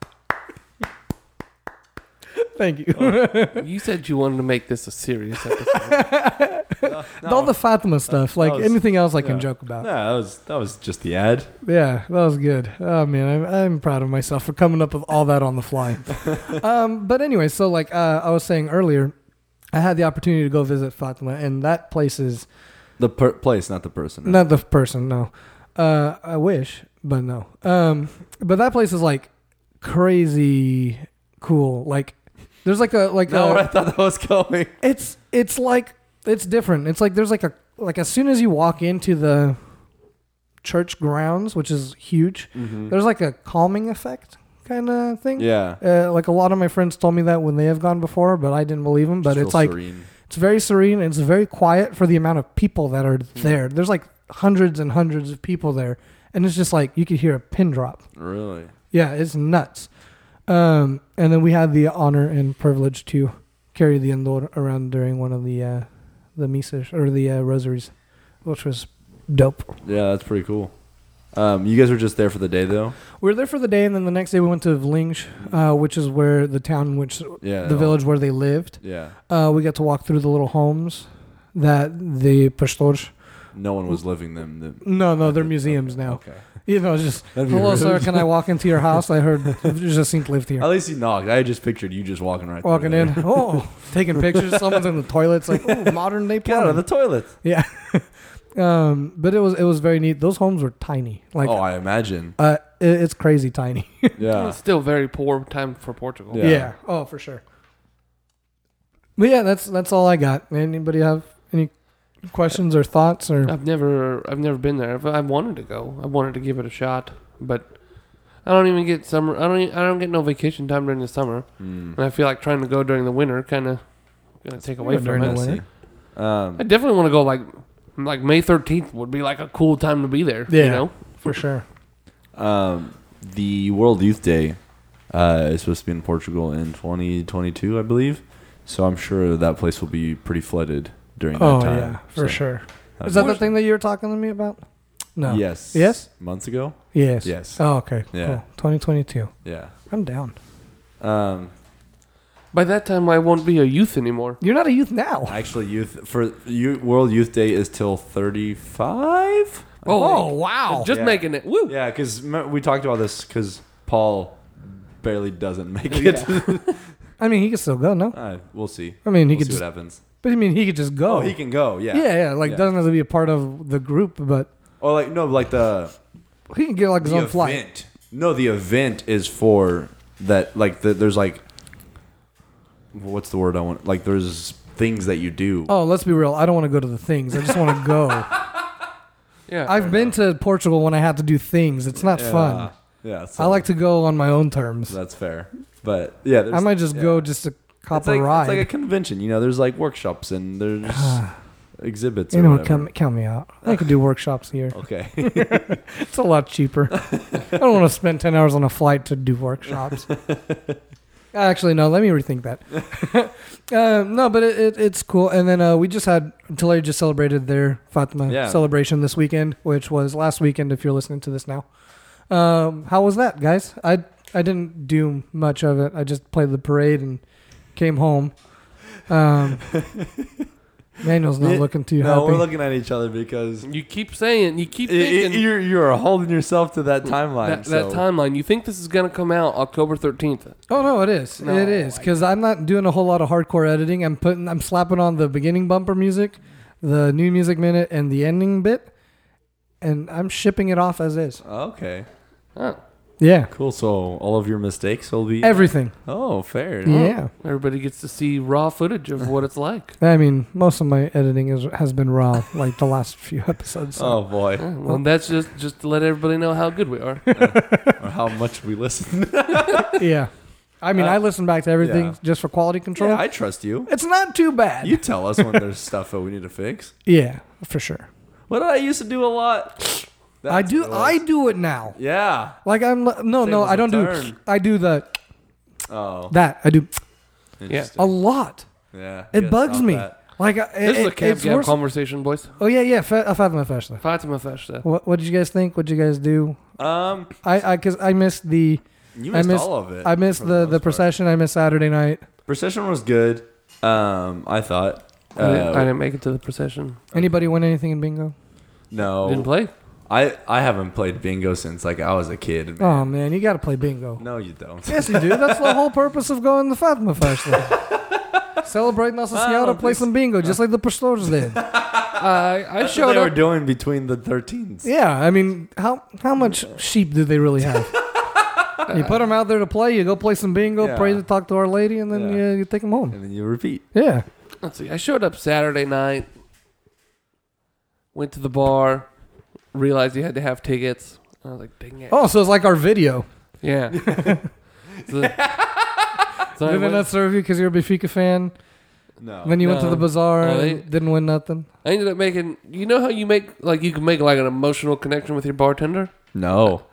S2: Thank you.
S3: Oh,
S4: You said you wanted to make this a serious episode.
S2: All the Fatima stuff, like
S3: was-
S2: anything else I can
S3: yeah.
S2: joke about.
S3: No, that was that was just the ad.
S2: Yeah, that was good. Oh man, I'm, I'm proud of myself for coming up with all that on the fly. um, but anyway, so like uh, I was saying earlier, I had the opportunity to go visit Fatima, and that place is
S3: The per- place, not the person.
S2: not the person. No, uh, I wish, but no. Um, but that place is like crazy cool. Like there's like a like
S3: No,
S2: a,
S3: where I thought that was going.
S2: it's it's like it's different. It's like there's like a like as soon as you walk into the church grounds, which is huge, there's like a calming effect kind of thing.
S3: Mm-hmm. Yeah.
S2: Uh, like a lot of my friends told me that when they have gone before, but I didn't believe them. But
S3: Just
S2: it's
S3: real
S2: like
S3: serene.
S2: it's very serene and it's very quiet for the amount of people that are
S3: Hmm.
S2: there. There's like hundreds and hundreds of people there, and it's just like you could hear a pin drop.
S3: really.
S2: Yeah, it's nuts. Um, and then we had the honor and privilege to carry the endor around during one of the uh, the misas or the uh, rosaries, which was dope.
S3: Yeah, that's pretty cool. Um, you guys were just there for the day though.
S2: We were there for the day, and then the next day we went to Vlinge, uh, which is where the town, which
S3: Yeah.
S2: the village where they lived.
S3: Yeah.
S2: Uh, we got to walk through the little homes that the pastors
S3: no one was living them. The,
S2: No, no, they're museums now.
S3: okay.
S2: You know, it's just
S3: That'd be
S2: hello,
S3: rude.
S2: sir. Can I walk into your house? I heard Jacinthe lived here.
S3: At least he knocked. I just pictured you just walking right. through
S2: Walking
S3: there.
S2: in, oh, taking pictures. Someone's in the toilet. It's like oh, modern day
S3: Get out of the
S2: plumbing.
S3: toilet.
S2: Yeah, um, but it was it was very neat. Those homes were tiny. Like,
S3: oh, I imagine.
S2: uh, it, it's crazy tiny.
S3: Yeah.
S4: It's still very poor time for Portugal.
S3: Yeah.
S2: Yeah. Oh, for sure. But yeah, that's that's all I got. Anybody have any questions or thoughts or
S4: I've never I've never been there. I've, I've wanted to go. I wanted to give it a shot, but I don't even get summer. I don't e I don't get no vacation time during the summer,
S3: Hmm.
S4: and I feel like trying to go during the winter kind of gonna take away
S2: during
S4: from
S2: the
S4: it.
S2: winter?
S3: Um,
S4: I definitely want to go like like May thirteenth would be like a cool time to be there.
S2: Yeah.
S4: You know.
S2: For sure.
S3: um, the World Youth Day uh, is supposed to be in Portugal in 2022, I believe. So I'm sure that place will be pretty flooded during that
S2: Oh
S3: time.
S2: yeah, for
S3: So
S2: sure.
S3: that'd
S2: Is that
S3: be-
S2: the thing that you were talking to me about? No.
S3: Yes.
S2: Yes?
S3: Months ago.
S2: Yes.
S3: Yes.
S2: Oh, okay.
S3: Yeah.
S2: Cool. 2022.
S3: Yeah.
S2: I'm down.
S3: Um,
S4: By that time, I won't be a youth anymore.
S2: You're not a youth now.
S3: actually, youth for you, World Youth Day is till 35.
S4: Oh,
S2: wow.
S4: Just
S3: Yeah.
S4: making it. Woo.
S3: Yeah, because we talked about this because Paul barely doesn't make it.
S2: I mean, he could still go, no?
S3: uh, we'll see.
S2: I mean, he
S3: we'll
S2: could
S3: see
S2: just-
S3: what happens.
S2: But I mean, he could just go.
S3: Oh, he can go. Yeah.
S2: Yeah, yeah. Like, doesn't have to be a part of the group, but
S3: Or like no, like the
S2: he can get like his
S3: the
S2: own flight.
S3: event. No, the event is for that. Like the, there's like what's the word I want? Like there's things that you do.
S2: Oh, let's be real. I don't want to go to the things. I just want to go.
S4: Yeah.
S2: I've been to Portugal when I had to do things. It's not fun.
S3: Uh, Yeah. So
S2: I like to go on my own terms.
S3: that's fair. But yeah, there's,
S2: I might just
S3: yeah.
S2: go just to cop
S3: It's like,
S2: a
S3: it's like a
S2: ride.
S3: convention. You know, there's like workshops and there's exhibits.
S2: You
S3: or
S2: know what?
S3: whatever.
S2: Count, count me out. I could do workshops here.
S3: Okay.
S2: It's a lot cheaper. I don't want to spend 10 hours on a flight to do workshops. Actually, no, let me rethink that. uh, no, but it, it, it's cool. And then uh, we just had, Tulare just celebrated their Fatma
S3: Yeah.
S2: celebration this weekend, which was last weekend if you're listening to this now. Um, how was that, guys? I, I didn't do much of it. I just played the parade and came home. Um, Manuel's not looking too
S3: no,
S2: happy.
S3: we're looking at each other because
S4: You keep saying. You keep
S3: I- I-
S4: thinking.
S3: you're you're holding yourself to that timeline.
S4: that,
S3: so-
S4: that timeline. You think this is gonna come out October thirteenth?
S2: Oh no, it is.
S4: No,
S2: it is because I'm not doing a whole lot of hardcore editing. I'm putting, I'm slapping on the beginning bumper music, the new music minute, and the ending bit, and I'm shipping it off as is.
S3: Okay,
S4: Oh,
S2: Yeah,
S3: cool. So all of your mistakes will be
S2: everything.
S3: oh fair.
S2: Yeah,
S4: everybody gets to see raw footage of what it's like.
S2: I mean, most of my editing is, has been raw, like the last few episodes. so.
S3: Oh boy,
S4: Yeah, well, that's just just to let everybody know how good we are.
S3: or how much we listen.
S2: Yeah, I mean, I listen back to everything
S3: Uh, yeah.
S2: just for quality control.
S3: yeah, I trust you.
S2: it's not too bad.
S3: You tell us when there's stuff that we need to fix.
S2: yeah, for sure.
S3: What did I used to do a lot? That's
S2: I do.
S3: what it was.
S2: I do it now.
S3: Yeah.
S2: Like I'm. No, no,
S3: as
S2: I
S3: a
S2: don't do.
S3: turn.
S2: I do the
S3: Oh,
S2: that. I do
S3: interesting.
S2: a lot.
S3: Yeah.
S2: It
S3: yeah,
S2: bugs
S3: stop
S2: me.
S3: that.
S2: Like I-
S4: This
S2: it,
S4: is a
S2: it-
S4: cab
S2: it's
S4: gab
S2: worse-
S4: conversation, boys.
S2: Oh yeah, yeah. Fa- uh, Fatima Fashla.
S4: Fatima Festa.
S2: What What did you guys think? What did you guys do?
S3: Um,
S2: I I because I missed the
S3: you
S2: I
S3: missed,
S2: missed-
S3: all of it.
S2: I missed
S3: for
S2: the
S3: most
S2: the
S3: part.
S2: procession. I missed Saturday night.
S3: Procession was good. Um, I thought.
S4: I, didn't, I
S3: Uh,
S4: didn't make it to the procession.
S2: Anybody win anything in bingo?
S3: no,
S4: Didn't play.
S3: I I haven't played bingo since like I was a kid. man.
S2: Oh man, you got to play bingo.
S3: No, you don't.
S2: Yes, you do. That's the whole purpose of going to Fatima Fashla. Celebrate Nossa
S3: I
S2: Senhora,
S3: don't
S2: play
S3: think
S2: some bingo, just like the pastors did.
S4: I I
S3: That's what
S4: showed
S3: they were
S4: up.
S3: doing between the 13s.
S2: Yeah, I mean, how how much sheep do they really have? you put them out there to play. You go play some bingo,
S3: Yeah.
S2: pray to talk to Our Lady, and then
S3: Yeah.
S2: you, you take them home.
S3: And then you repeat.
S2: Yeah.
S4: Let's see. I showed up Saturday night. Went to the bar. Realized you had to have tickets. I was like, dang it.
S2: Oh, so it's like our video.
S4: Yeah. so, so I
S2: Did they
S4: went-
S2: not serve you because you're a Benfica fan?
S3: No.
S2: then you went to
S4: Oh. No.
S2: the bazaar
S4: No,
S2: and
S4: they-
S2: didn't win nothing.
S4: I ended up making. You know how you make like you can make like an emotional connection with your bartender.
S3: no.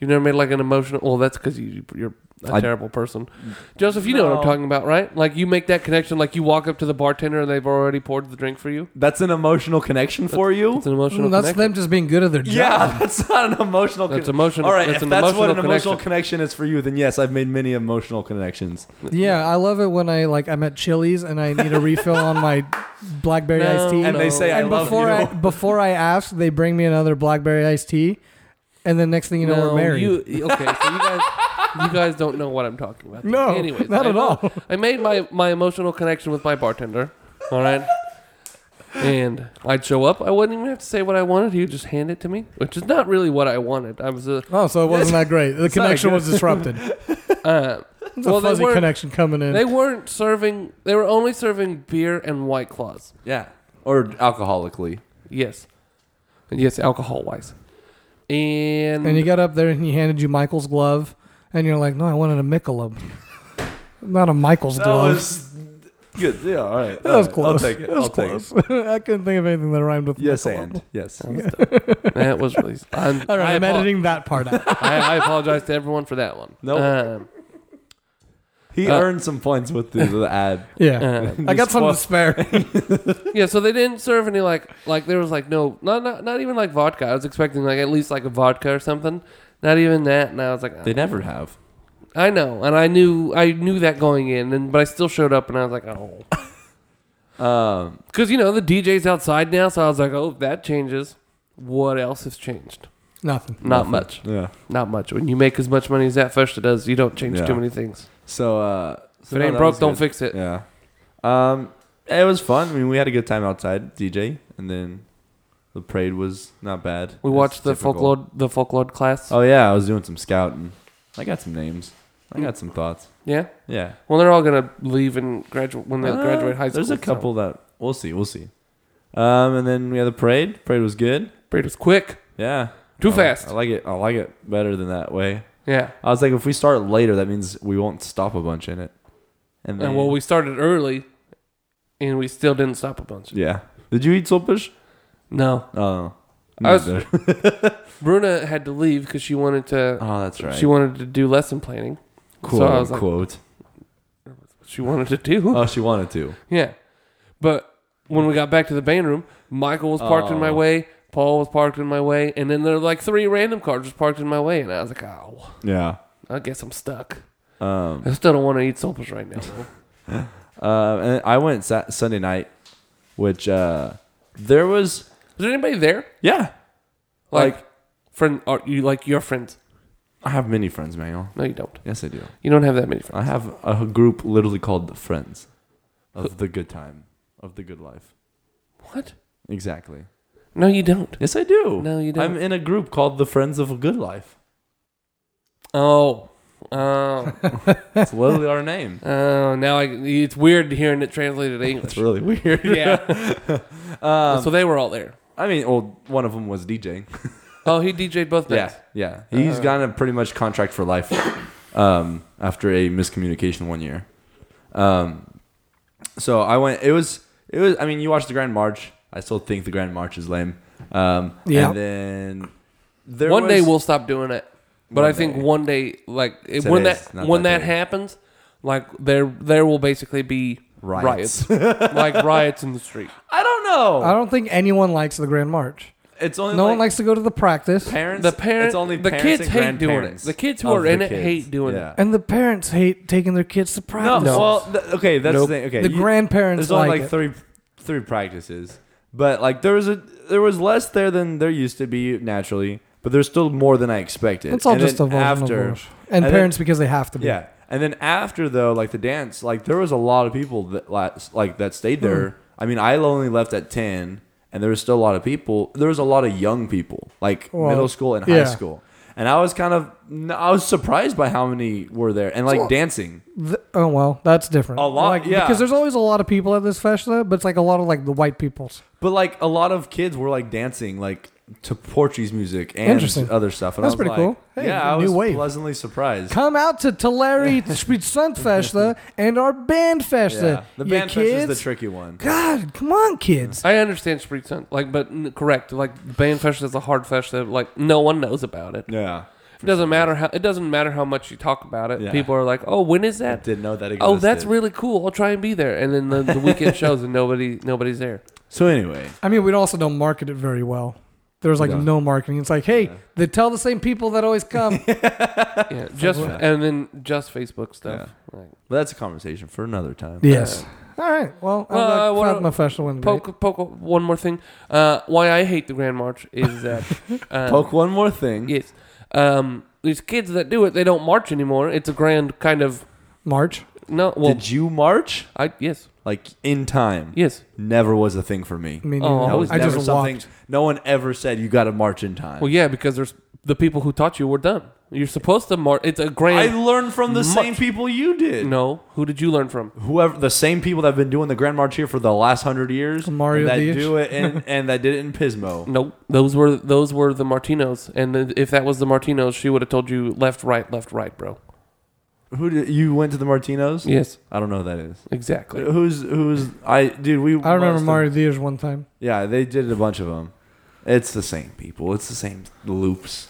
S4: You never made like an emotional. Well, that's because you, you're a
S3: I-
S4: terrible person. Joseph, you know what I'm
S3: No.
S4: talking about, right? Like you make that connection, like you walk up to the bartender and they've already poured the drink for you.
S3: That's an emotional connection for you.
S4: It's an emotional
S2: Mm, that's
S4: connection.
S2: them just being good at their job.
S3: Yeah, that's not an emotional.
S4: That's emotional-
S3: All right,
S4: that's
S3: if
S4: an
S3: that's what an
S4: emotional
S3: emotional connection is for you, then yes, I've made many emotional connections.
S2: Yeah, I love it when I like I'm at Chili's and I need a refill on my blackberry
S4: No,
S2: iced tea.
S3: And
S4: And they
S3: they
S4: No. say,
S3: say, "I
S2: and
S3: love
S2: before I
S3: you."
S2: before I ask, they bring me another blackberry iced tea, and then next thing you know,
S4: No,
S2: we're married.
S4: You, okay, so you guys, you guys don't know what I'm talking about.
S2: No,
S4: Anyways,
S2: not
S4: I
S2: at
S4: know-
S2: all.
S4: I made my, my emotional connection with my bartender. All right. And I'd show up. I wouldn't even have to say what I wanted. He would just hand it to me, which is not really what I wanted. I was a,
S2: oh, so it wasn't that great. The
S3: not
S2: connection
S3: good.
S2: was disrupted. It's
S4: uh,
S2: a
S4: Well, they
S2: fuzzy
S4: weren't-
S2: connection coming in.
S4: they weren't serving. They were only serving beer and white claws.
S3: Yeah, or alcoholically.
S4: Yes, and yes, alcohol wise. And,
S2: and you got up there and he handed you Michael's glove, and you're like, no, I wanted a Michelob, not a Michael's
S3: That
S2: glove.
S3: was good. Yeah, all
S2: that
S3: right.
S2: was
S3: All right,
S2: close.
S3: I'll take it.
S2: That was
S3: I'll take it.
S2: close. I couldn't think of anything that rhymed with
S3: Yes,
S2: Michelob.
S3: and yes.
S4: that was really. I'm,
S2: All right,
S4: I
S2: I'm
S4: apo-
S2: editing that part out.
S4: I, I apologize to everyone for that one.
S3: Nope.
S4: Um,
S3: He
S4: Uh,
S3: earned some points with the, the ad. Uh,
S2: Yeah.
S4: um,
S2: I got some to
S3: Well-
S2: spare.
S4: yeah, so they didn't serve any like like there was like no not, not not even like vodka. I was expecting like at least like a vodka or something. Not even that, and I was like, oh.
S3: never have.
S4: I know, and I knew I knew that going in, and but I still showed up, and I was like, oh,
S3: Um,
S4: because you know the DJ's outside now, so I was like, oh, that changes. What else has changed?
S2: Nothing.
S4: Not much.
S3: yeah.
S4: Not much. When you make as much money as that festa does, you don't change
S3: Yeah.
S4: too many things.
S3: So, uh, so
S4: if it
S3: no,
S4: ain't
S3: that
S4: broke,
S3: was
S4: don't
S3: good.
S4: fix it.
S3: Yeah. Um, it was fun. I mean, we had a good time outside, DJ, and then the parade was not bad.
S4: We
S3: It's
S4: watched the
S3: typical.
S4: folklore the folklore class.
S3: Oh yeah, I was doing some scouting. I got some names. I got some thoughts.
S4: Yeah.
S3: Yeah.
S4: Well, they're all gonna leave and graduate when they
S3: Uh,
S4: graduate high school.
S3: There's a
S4: so-
S3: couple that we'll see. We'll see. Um, and then we had the parade. Parade was good.
S4: Parade was quick,
S3: Yeah.
S4: too
S3: I like-
S4: fast.
S3: I like it. I like it better than that way.
S4: yeah.
S3: I was like, if we start later, that means we won't stop a bunch in it. And then
S4: And well, we started early, and we still didn't stop a bunch.
S3: yeah. Did you eat saltfish?
S4: No,
S3: Oh,
S4: I was-
S3: neither.
S4: Bruna had to leave because she wanted to.
S3: oh, that's right.
S4: She wanted to do lesson planning.
S3: quote
S4: so I was like-
S3: unquote.
S4: She wanted to do.
S3: oh, she wanted to.
S4: Yeah, but when we got back to the band room, Michael was parked in my
S3: Oh.
S4: way. Paul was parked in my way, and then there were like three random cars just parked in my way, and I was like, "Oh,
S3: Yeah.
S4: I guess I'm stuck.
S3: Um.
S4: I still don't want to eat sopas right now." though.
S3: Uh. And I went sa- Sunday night, which uh, there was
S4: Is there anybody there?
S3: yeah.
S4: Like,
S3: Like-
S4: friend? Are you like your friends?
S3: I have many friends, Manuel.
S4: No, you don't.
S3: Yes, I do.
S4: You don't have that many friends.
S3: I have a group literally called the Friends of the Good Time of the Good Life.
S4: What?
S3: Exactly.
S4: No, you don't.
S3: Yes, I do.
S4: No, you don't.
S3: I'm in a group called the Friends of a Good Life.
S4: Oh, oh,
S3: It's literally our name.
S4: oh! Now I, it's weird hearing it translated to
S3: It's
S4: English.
S3: really weird.
S4: yeah.
S3: Um,
S4: so they were all there.
S3: I mean, well, one of them was DJing.
S4: Oh, he DJ'd both nights.
S3: Yeah, yeah. He's
S4: Uh.
S3: got a pretty much contract for life um, after a miscommunication one year. Um, so I went. It was. It was. I mean, you watched the Grand March. I still think the Grand March is lame. Um,
S2: Yeah.
S3: And then there
S4: one day
S3: was-
S4: we'll stop doing it, but
S3: One
S4: I think
S3: day.
S4: one day, like it,
S3: Today's
S4: when that
S3: not
S4: when
S3: that
S4: that,
S3: day.
S4: happens, like there there will basically be riots,
S3: Riots.
S4: like riots in the street.
S3: I don't know.
S2: I don't think anyone likes the Grand March.
S3: it's only
S2: No
S3: like
S2: one likes to go to the practice.
S3: parents.
S4: The parents,
S3: It's only
S4: the
S3: parents
S4: kids
S3: and
S4: hate doing it.
S3: grandparents
S4: The kids who
S3: of
S4: are
S3: the
S4: in it
S3: kids.
S4: hate doing
S3: yeah.
S4: it.
S2: And the parents hate taking their kids to
S3: No,
S2: practice.
S3: well, th- okay, that's
S4: Nope.
S3: the thing. Okay,
S2: the
S3: you-
S2: grandparents
S3: There's only
S2: like,
S3: like,
S2: it.
S3: three three practices, but like there was a there was less there than there used to be naturally, but there's still more than I expected.
S2: It's all
S3: And
S2: just a
S3: then
S2: vulnerable bush. And,
S3: and
S2: parents because they have to be.
S3: yeah, and then after though, like the dance, like there was a lot of people that last, like that stayed there.
S2: Hmm.
S3: I mean, I only left at ten, and there was still a lot of people. There was a lot of young people, like
S2: Well,
S3: middle school and high
S2: yeah.
S3: school. And I was kind of, I was surprised by how many were there and like dancing.
S2: Th- oh well, that's different.
S3: A lot-
S2: Like,
S3: yeah.
S2: Because there's always a lot of people at this festa, but it's like a lot of like the white peoples.
S3: But like a lot of kids were like dancing like to Portuguese music and
S2: Interesting.
S3: other stuff. And
S2: That's
S3: I was
S2: pretty
S3: like,
S2: cool. Hey,
S3: yeah, I
S2: new
S3: was
S2: wave.
S3: pleasantly surprised.
S2: Come out to Tulare Street Festa and our band
S3: Yeah.
S2: festa.
S3: The
S2: You
S3: band fest is the
S2: kids?
S3: tricky one.
S2: God, come on, kids.
S4: I understand Street Sun, like, but n- correct, like, Band Fest is a hard fest that, like, no one knows about it.
S3: Yeah.
S4: It doesn't matter how it doesn't matter how much you talk about it.
S3: Yeah.
S4: People are like, "Oh, when is
S3: I
S4: that?"
S3: didn't know that existed.
S4: Oh, that's really cool. I'll try and be there. And then the, the weekend shows and nobody nobody's there.
S3: So anyway,
S2: I mean, we also don't market it very well. There's like
S3: Yeah.
S2: no marketing. It's like, hey, they tell the same people that always come.
S4: Yeah, just
S3: Yeah.
S4: and then just Facebook stuff. Like,
S3: but that's a conversation for another time.
S2: yes. All right. Well, I'm
S4: Well,
S2: glad
S4: uh, what-
S2: Fatma Fesh went great.
S4: poke poke one more thing. Uh, why I hate the Grand March is that um,
S3: Uh, Poke one more thing.
S4: yes, um, these kids that do it they don't march anymore. It's a grand kind of
S2: March.
S4: no. Well,
S3: Did you march
S4: I yes
S3: like in time?
S4: yes.
S3: Never was a thing for me.
S2: I mean,
S4: Oh,
S3: That
S4: I
S2: you know,
S3: was
S2: I
S3: never
S2: just
S3: something.
S2: walked.
S3: No one ever said you got to march in time.
S4: Well, yeah, because there's the people who taught you were done. You're supposed to march. It's a
S3: I
S4: grand.
S3: learned from the
S4: March.
S3: same people you did.
S4: no, who did you learn from?
S3: Whoever the same people that've been doing the Grand March here for the last hundred years
S2: Mario
S3: and that
S2: Diaz.
S3: do it and, and that did it in Pismo.
S4: Nope. Those were those were the Martinos, and then if that was the Martinos, she would have told you left, right, left, right, bro.
S3: Who did, you went to the Martinos?
S4: Yes,
S3: I don't know who that is.
S4: exactly.
S3: Who's who's I dude we
S2: I remember
S3: must-
S2: Mario Diaz one time.
S3: Yeah, they did a bunch of them. It's the same people. It's the same loops.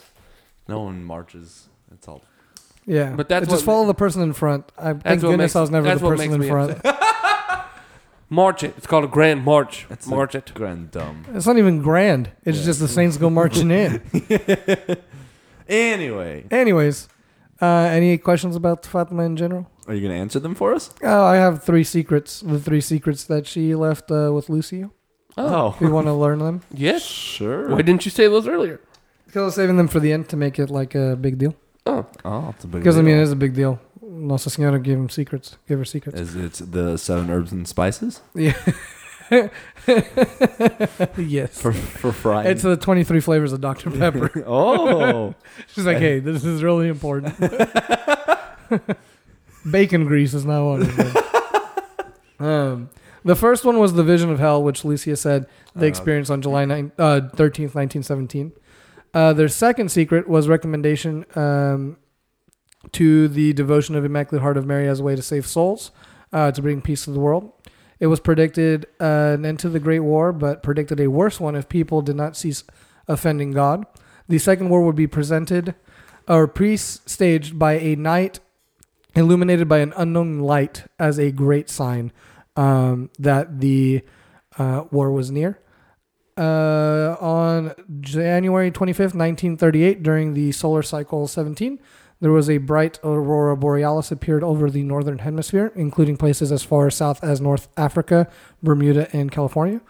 S3: No one marches. It's all
S2: Yeah,
S4: But that's
S2: just
S4: what-
S2: follow the person in front. I thank
S4: what
S2: goodness
S4: makes-
S2: I was never the
S4: that's what
S2: person
S4: makes
S2: in
S4: me
S2: front.
S4: March it. It's called a grand march.
S3: It's
S4: march it.
S3: grand dumb.
S2: It's not even grand. It's
S3: Yeah.
S2: just the Saints go marching in.
S3: Anyway,
S2: Anyways, uh, any questions about Fatma in general?
S3: are you gonna answer them for us?
S2: Oh, I have three secrets. The three secrets that she left uh, with Lucio.
S4: Oh.
S2: If you want to learn them,
S4: Yes.
S3: sure.
S4: Why didn't you say those earlier?
S2: because I was saving them for the end to make it like a big deal.
S4: Oh,
S3: oh, it's a big
S2: Because I mean,
S3: deal.
S2: it is a big deal. Nossa Senora gave him secrets. Gave her secrets.
S3: Is it the seven herbs and spices
S2: Yeah. yes.
S3: for for frying?
S2: It's the 23 flavors of Dr. Pepper.
S3: oh,
S2: She's like, hey, this is really important. Bacon grease is not one of them. um, the first one was the vision of hell, which Lucia said they
S3: Uh,
S2: experienced on July 9, uh, 13th, 1917. Uh, their second secret was recommendation um, to the devotion of Immaculate Heart of Mary as a way to save souls, uh, to bring peace to the world. It was predicted uh, an end to the Great War, but predicted a worse one if people did not cease offending God. The Second War would be presented or pre staged by a night illuminated by an unknown light as a great sign um, that the uh, war was near. Uh, on January 25th, 1938, during the solar cycle 17, there was a bright aurora borealis appeared over the northern hemisphere, including places as far south as North Africa, Bermuda, and California.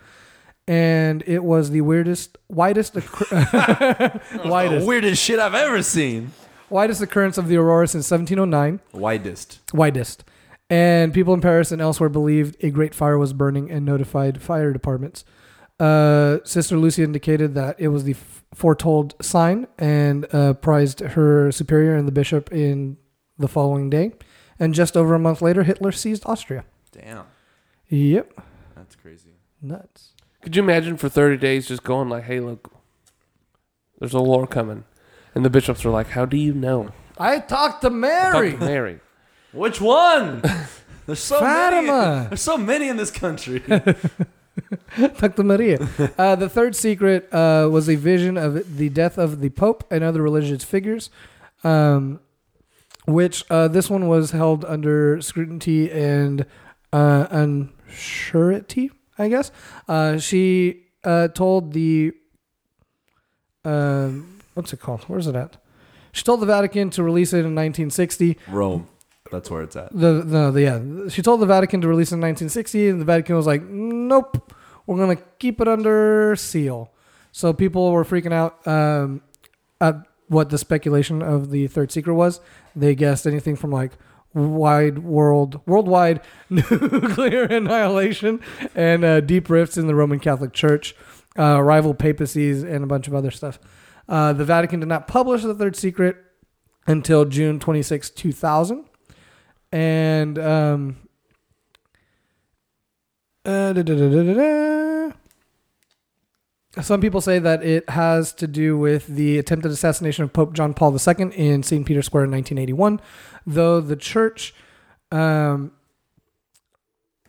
S2: And it was the weirdest, widest, occur- widest,
S3: weirdest shit I've ever seen.
S2: widest occurrence of the aurora since 1709
S3: Widest.
S2: widest. And people in Paris and elsewhere believed a great fire was burning and notified fire departments. Uh, Sister Lucy indicated that it was the f- foretold sign and uh, prized her superior and the bishop in the following day. And just over a month later, Hitler seized Austria.
S3: Damn,
S2: Yep.
S3: that's crazy.
S2: Nuts.
S4: could you imagine for thirty days just going like, "Hey, look, there's a war coming," and the bishops are like, "How do you know?"
S2: I talked to Mary.
S4: Fuck Mary.
S3: Which one? There's so many.
S2: Fatima.
S3: There's so many in this country.
S2: Talk to Maria. Uh, the third secret uh, was a vision of the death of the Pope and other religious figures, um, which uh, this one was held under scrutiny and uh, unsurety, I guess. Uh, she uh, told the. Um, what's it called? Where's it at? She told the Vatican to release it in 1960.
S3: Rome. That's where it's at.
S2: The no, the yeah. She told the Vatican to release it in 1960, and the Vatican was like, "Nope, we're gonna keep it under seal." So people were freaking out um, at what the speculation of the third secret was. They guessed anything from like wide world, worldwide nuclear annihilation, and uh, deep rifts in the Roman Catholic Church, uh, rival papacies, and a bunch of other stuff. Uh, the Vatican did not publish the third secret until June 26, 2000 and um, uh, da, da, da, da, da, da. some people say that it has to do with the attempted assassination of Pope John Paul II in St. Peter's Square in 1981, though the church um,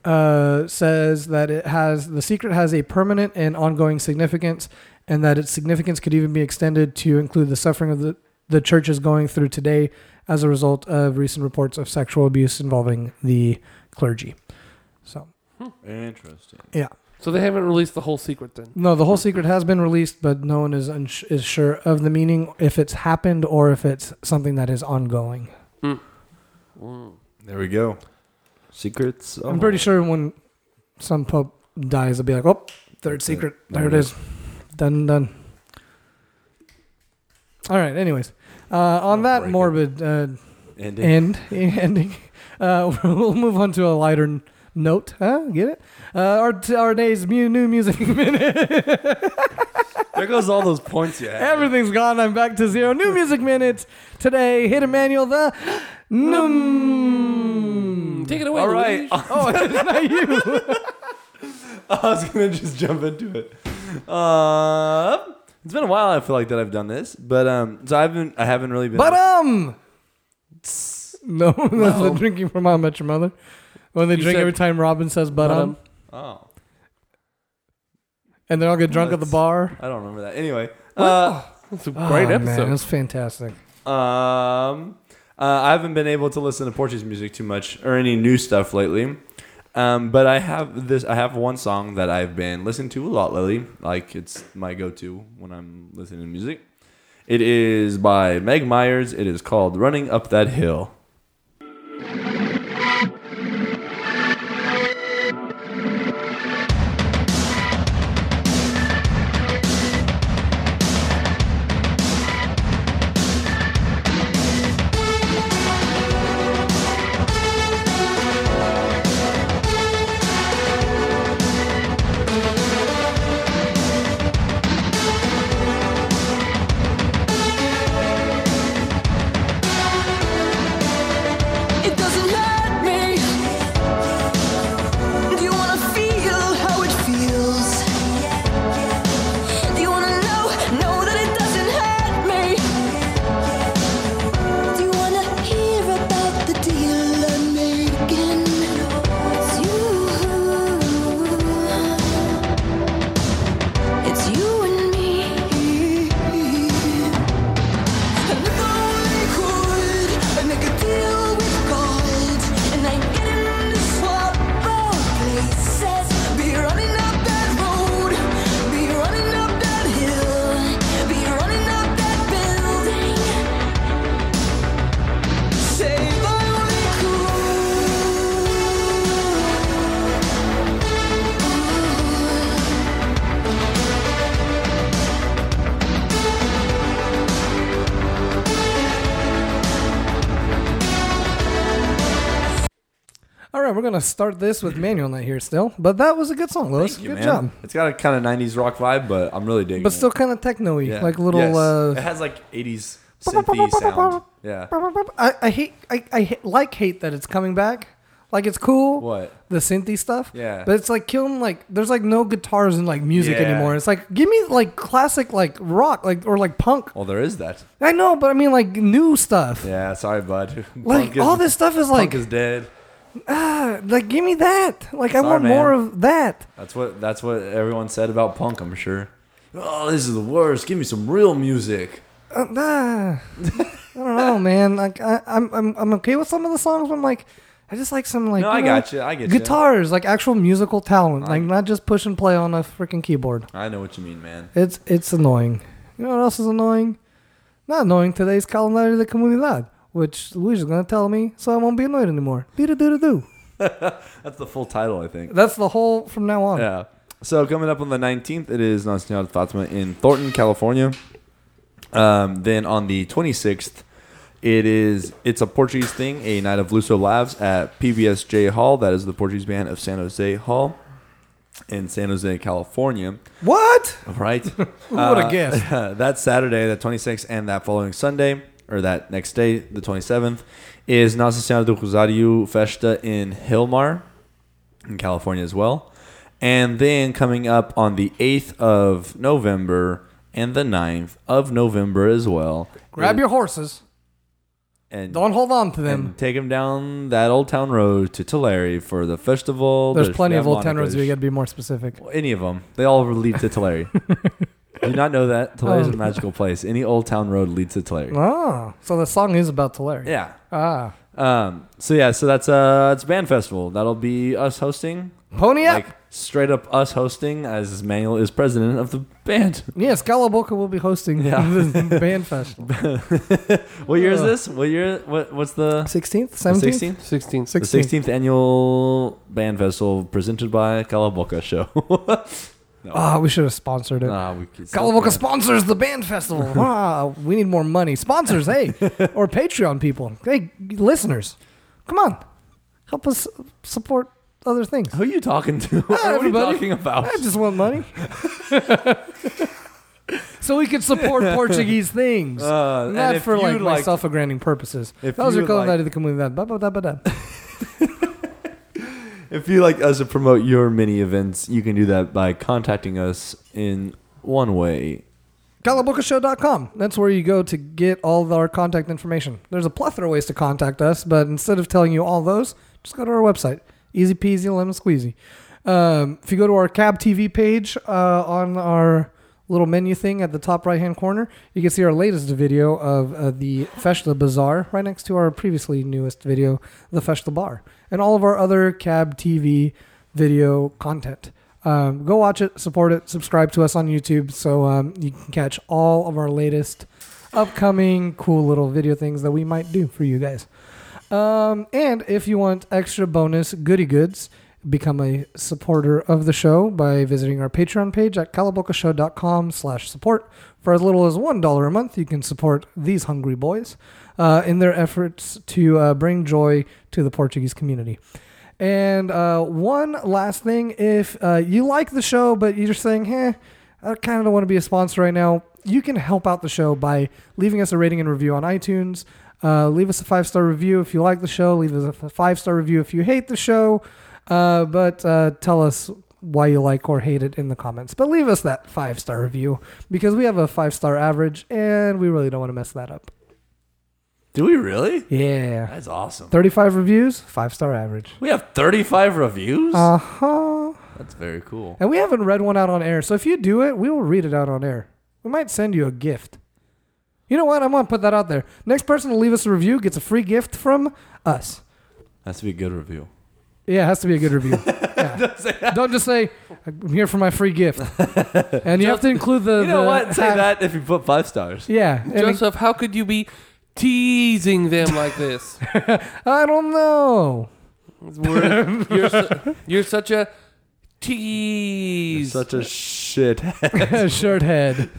S2: uh, says that it has the secret has a permanent and ongoing significance, and that its significance could even be extended to include the suffering of the the church is going through today as a result of recent reports of sexual abuse involving the clergy. So,
S3: Interesting.
S4: So they haven't released the whole secret then.
S2: no, the whole secret has been released, but no one is uns- is sure of the meaning if it's happened or if it's something that is ongoing.
S3: There we go. Secrets.
S2: I'm pretty sure when some pope dies, they'll be like, "Oh, third secret. There it is. Done, done." All right. Anyways, uh, on that
S3: break it.
S2: morbid uh,
S3: And
S2: end ending, uh, we'll move on to a lighter n- note. Huh? Get it? Uh, our t- our day's mu- new music minute.
S3: there goes all those points you had.
S2: Everything's gone. I'm back to zero. New music minute today. Hit Emmanuel the. Num.
S4: Take it away.
S3: All
S4: Louise.
S3: right.
S2: Oh, that's not you.
S3: I was gonna just jump into it. Um, it's been a while. I feel like that I've done this, but um, so I haven't. I haven't really been.
S2: But um, no, that's the drinking from How I Met Your Mother. When they
S4: You
S2: drink
S4: said-
S2: every time Robin says "but
S4: But,
S2: um,"
S4: um,
S3: oh,
S2: and they all get drunk at the
S3: that's-
S2: bar.
S3: I don't remember that. Anyway, uh,
S4: It's a great
S2: oh,
S4: episode.
S2: Man, that's fantastic.
S3: um, uh, I haven't been able to listen to Portuguese music too much or any new stuff lately. Um, but I have this. I have one song that I've been listening to a lot lately. Like it's my go-to when I'm listening to music. It is by Meg Myers. It is called "Running Up That Hill."
S6: It doesn't hurt me. Do you wanna feel how it feels? Do you wanna know, know that it doesn't hurt me? Do you wanna hear about the deal I'm making? It's you. It's you and me. I never really could. I make a deal with God, and I get him to swap both places. Be running up that road, be running up that hill, be running up that building. Say I only could.
S2: All right, we're gonna start this with Manuel not here still, but that was a good song, Lois.
S3: Thank you,
S2: good
S3: man.
S2: job,
S3: It's got a kind of '90s rock vibe, but I'm really digging.
S2: but
S3: it.
S2: still kind of techno-y,
S3: Yeah.
S2: like little.
S3: Yes.
S2: Uh,
S3: it has like '80s synthy sound. Yeah.
S2: I, I hate. I, I hate, like hate that it's coming back. Like it's cool.
S3: What?
S2: the synthy stuff.
S3: Yeah.
S2: But it's like killing like there's like no guitars in like music
S3: Yeah.
S2: anymore. It's like give me like classic like rock like or like punk.
S3: Well, there is that.
S2: I know, but I mean like new stuff.
S3: Yeah. Sorry, bud.
S2: Like
S3: Punk is-
S2: all this stuff is
S3: Punk
S2: like
S3: is dead.
S2: ah, like give me that. Like I
S3: Sorry,
S2: want more
S3: man.
S2: of that.
S3: That's what. That's what everyone said about punk. I'm sure. Oh, this is the worst. Give me some real music.
S2: Uh, nah. I don't know, man. Like I, I'm I'm I'm okay with some of the songs, but I'm like I just like some like
S3: No,
S2: you
S3: I
S2: know,
S3: got you. I get you.
S2: guitars, like actual musical talent, like not just push and play on a freaking keyboard.
S3: I know what you mean, man.
S2: It's it's annoying. You know what else is annoying? Not knowing today's calendario de comunidad, which Luis is gonna tell me, so I won't be annoyed anymore. Doo doo doo doo.
S3: That's the full title, I think.
S2: That's the whole from now on.
S3: Yeah. So coming up on the 19th, it is Non Señor Fatima in Thornton, California. Um, then on the 26th, it is it's a Portuguese thing, a night of Luso Labs at PBSJ Hall. That is the Portuguese band of San Jose Hall in San Jose, California.
S2: What?
S3: All right.
S2: Who would have guessed?
S3: Uh, that Saturday, the 26th, and that following Sunday, or that next day, the 27th, is Nossa Senhora do Rosário Festa in Hillmar, in California as well. And then coming up on the 8th of November and the 9th of November as well.
S2: Grab your horses.
S3: and,
S2: Don't hold on to them.
S3: and take them down that Old Town Road to Tulare for the festival.
S2: There's plenty of old town roads.
S3: harmonicas.
S2: We gotta be more specific.
S3: Any of them. They all lead to Tulare. Do not know that Tulare is
S2: Oh.
S3: a magical place. Any old town road leads to Tulare.
S2: Oh, so the song is about Tulare.
S3: Yeah.
S2: Ah,
S3: Um. So yeah. So that's uh. It's band festival. That'll be us hosting.
S2: pony up.
S3: Like straight up us hosting, as Manuel is president of the band.
S2: yes, Galaboka will be hosting
S3: Yeah.
S2: the band festival.
S3: What year is
S2: Uh.
S3: this? What year? What? What's the
S2: Sixteenth,
S3: the
S2: seventeenth,
S4: 16.
S3: The sixteenth annual band festival presented by Calaboca Show.
S2: Ah, we should have sponsored it.
S3: Nah, we could-
S2: Galaboka sponsors the band festival. ah, we need more money. Sponsors, hey, or Patreon people, hey, listeners, come on, help us support other things.
S3: Who are you talking to? what
S2: Hi,
S3: are you
S2: everybody.
S3: talking about?
S2: I just want money. so we could support Portuguese things.
S3: Uh, and
S2: Not
S3: if
S2: for
S3: you
S2: like,
S3: like-
S2: my self-aggranding purposes.
S3: If
S2: Those
S3: you
S2: are calling
S3: like-
S2: that the comunidad. Ba, ba, da, ba, da.
S3: If you like us to promote your mini events, you can do that by contacting us in one way.
S2: GalabocaShow.com. That's where you go to get all of our contact information. There's a plethora of ways to contact us, but instead of telling you all those, just go to our website. Easy peasy, lemon squeezy. Um, if you go to our Cab TV page uh, on our little menu thing at the top right hand corner, you can see our latest video of uh, the Feshta Bazaar right next to our previously newest video, the Feshta Bar, and all of our other Cab TV video content. Um, go watch it, support it, subscribe to us on YouTube so um, you can catch all of our latest upcoming cool little video things that we might do for you guys. Um, and if you want extra bonus goody goods, become a supporter of the show by visiting our Patreon page at calabocashow.com slash support. For as little as $1 a month, you can support these hungry boys uh, in their efforts to uh, bring joy to the Portuguese community. And uh, one last thing, if uh, you like the show, but you're saying, "Hey, I kind of don't want to be a sponsor right now," you can help out the show by leaving us a rating and review on iTunes. Uh, leave us a five star review if you like the show. Leave us a five star review if you hate the show. Uh, but uh, tell us why you like or hate it in the comments. But leave us that five star review because we have a five star average and we really don't want to mess that up.
S3: Do we really?
S2: Yeah.
S3: That's awesome.
S2: 35 reviews, five star average.
S3: We have 35 reviews?
S2: Uh huh.
S3: That's very cool.
S2: And we haven't read one out on air. So if you do it, we will read it out on air. We might send you a gift. You know what? I'm going to put that out there. Next person to leave us a review gets a free gift from us.
S3: Has to be a good review.
S2: Yeah, it has to be a good review. Yeah. Don't just say, I'm here for my free gift. And you have to include the.
S3: You know
S2: the
S3: what? Say
S2: hat-
S3: that if you put five stars.
S2: Yeah. And
S4: Joseph, how could you be teasing them like this?
S2: I don't know.
S4: We're- you're, su- you're such a tease.
S3: Such a shit.
S2: Shirt head.